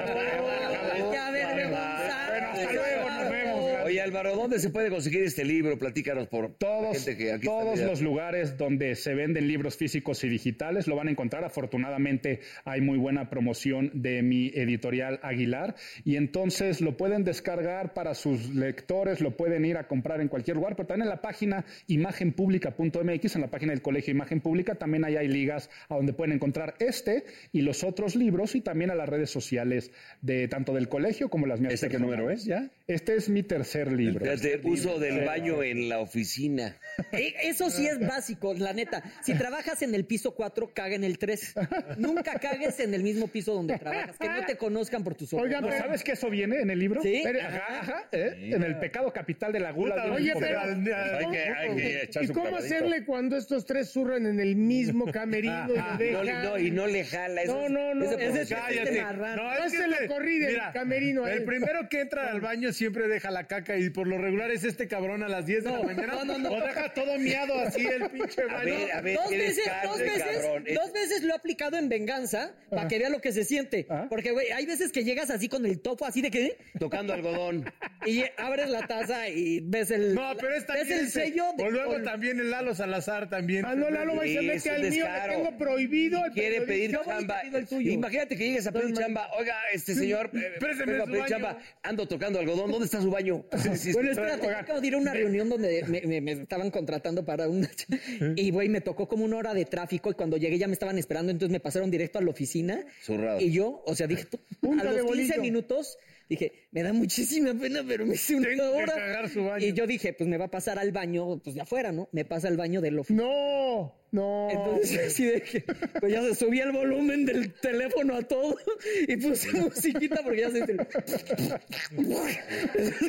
B: Oye, Álvaro, ¿dónde se puede conseguir este libro? Platícanos por
K: todos,
B: gente que aquí
K: todos
B: está, mira.
K: los lugares donde se venden libros físicos y digitales lo van a encontrar. Afortunadamente hay muy buena promoción de mi editorial Aguilar y entonces lo pueden descargar para sus lectores, lo pueden ir a comprar en cualquier lugar, pero también en la página imagenpublica.mx, en la página del Colegio Imagen Pública, también ahí hay ligas a donde pueden encontrar este y los otros libros y también a las redes sociales de tanto del colegio como las mías. ¿Este qué número es ya? Este es mi tercer libro.
B: Fíjate, uso
K: Sí.
B: del baño en la oficina.
J: Eh, Eso sí es básico, la neta. Si trabajas en el piso 4, caga en el 3. Nunca cagues en el mismo piso donde trabajas. Que no te conozcan por tus ojos.
K: Oigan, pero ¿sabes que eso viene en el libro?
J: Sí.
K: Pero- ajá, ajá, ¿eh? En el pecado capital de la gula. de un
G: Oye, pero.
K: hipocrata.
G: ¿cómo- ¿Y cómo hacerle cuando estos tres zurran en
B: [laughs]
G: el mismo camerino y lo
B: No le-
G: dejan?
B: no, y no le jala, eso
G: No,
B: es-
G: no, no.
B: ese
G: ese
B: es- cállate.
G: marrano.
L: No, es que
G: Pásela
L: este-
G: corrida del
L: mira,
G: camerino eh. a
L: El
G: él.
L: primero que entra al baño siempre deja la caca y por lo regular es este cabrón a las 10 de la mañana.
J: no, no, no.
L: O deja todo miado así el pinche
J: A
L: baño.
J: ver, a ver, dos veces, dos veces, dos veces lo he aplicado en venganza para que vea lo que se siente. Porque, güey, hay veces que llegas así con el topo, así de que. ¿eh?
B: Tocando algodón.
J: Y abres la taza y ves el.
L: No, pero es
J: ves
L: también.
J: el
L: este-
J: sello de.
L: O luego
J: con-
L: también el Lalo Salazar también.
G: Ah, no, Lalo va y se
B: Sí, es
G: mete
B: un
G: al mío. Le
B: descaro.
G: tengo prohibido el
B: Quiere pedir
G: periodista.
B: chamba.
G: Yo voy y pido el tuyo.
B: Imagínate que llegues a pedir chamba. Oiga, este señor, eh,
G: Présteme
B: vengo a
G: su
B: pedir
G: baño.
B: chamba. Ando tocando algodón. ¿Dónde está su baño?
J: [laughs] Bueno, espérate, yo acabo de ir a una reunión donde me, me- me estaban contratando para [laughs] una... Y, güey, me tocó como una hora de tráfico y cuando llegué ya me estaban esperando, entonces me pasaron directo a la oficina.
B: [laughs] Zurrado.
J: Y yo, o sea, dije, tú, a
G: Punta de
J: los 15
G: bolillo.
J: minutos Dije, me da muchísima pena, pero [laughs] me hice una
D: Tengo que
J: hora.
D: cagar su baño.
J: Y yo dije, pues me va a pasar al baño, pues de afuera, ¿no? Me pasa al baño del oficina.
N: ¡No! ¡No!
J: Entonces yo así de que, pues ya se subía el volumen del teléfono a todo y puse musiquita porque ya se...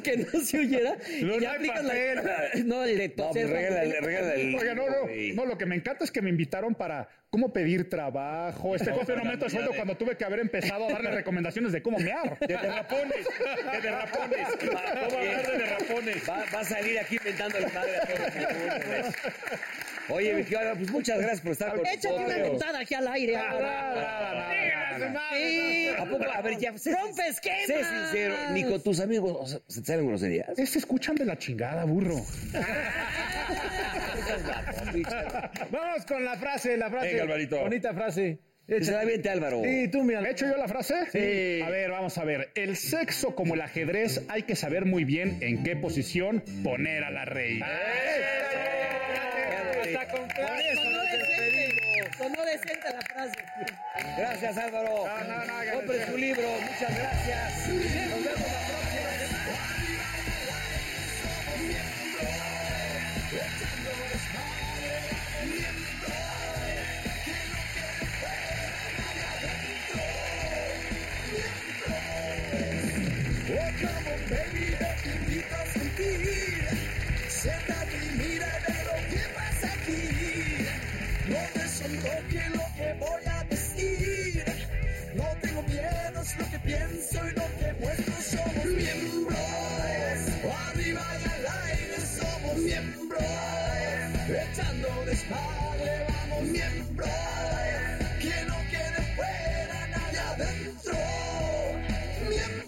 J: que no se oyera.
K: No,
J: y
K: no
J: ya
K: hay
J: aplican la... [laughs]
K: papel.
J: [laughs] No, el de
K: No, pues
J: toser,
K: regálale,
J: ¿no?
K: regálale. Oiga, no, no, no, lo que me encanta es que me invitaron para cómo pedir trabajo. Este
F: No,
K: fue un
F: para
K: momento de
F: mí, ya
K: sueldo
F: de-
K: cuando tuve que haber
J: [laughs]
K: empezado a darle recomendaciones de cómo mear.
F: De derrapones,
J: [laughs]
F: de derrapones. Vamos a hablar de derrapones.
B: Va, va a salir aquí inventando la madre a todos. seguro, güey. Oye, mi querida, pues muchas gracias por estar con
J: Échale
B: nosotros.
J: una mentada aquí al aire. Sí.
B: ¿A poco? A ver, ya. sé-
J: ¡Rompe esquemas!
B: Sé sincero, ni [laughs] con tus amigos o sea, se te salen groserías.
K: Es que escuchan de la chingada, burro.
F: Vamos con la frase, la frase.
K: Venga, Alvarito.
F: Bonita frase.
G: Pues,
B: Se la aviente, Álvaro.
F: Sí, tú, mira.
K: ¿He hecho yo la frase?
F: Sí.
K: A ver, vamos a ver. El sexo como el ajedrez, hay que saber muy bien en qué posición poner a la reina.
D: Hasta con clase.
J: Sonó decente. Sonó decente la frase.
B: Gracias, Álvaro. Compre su libro. Muchas gracias. Nos vemos la
D: baby, te invito a sentir. Siéntate y mira de lo que pasa aquí. No me sonroje lo que voy a decir. No tengo miedo, es lo que pienso y lo que muestro. Somos miembros. Arriba y al aire somos miembros. Echando desmadre, vamos miembros. Que no quede fuera nadie adentro. Miembros.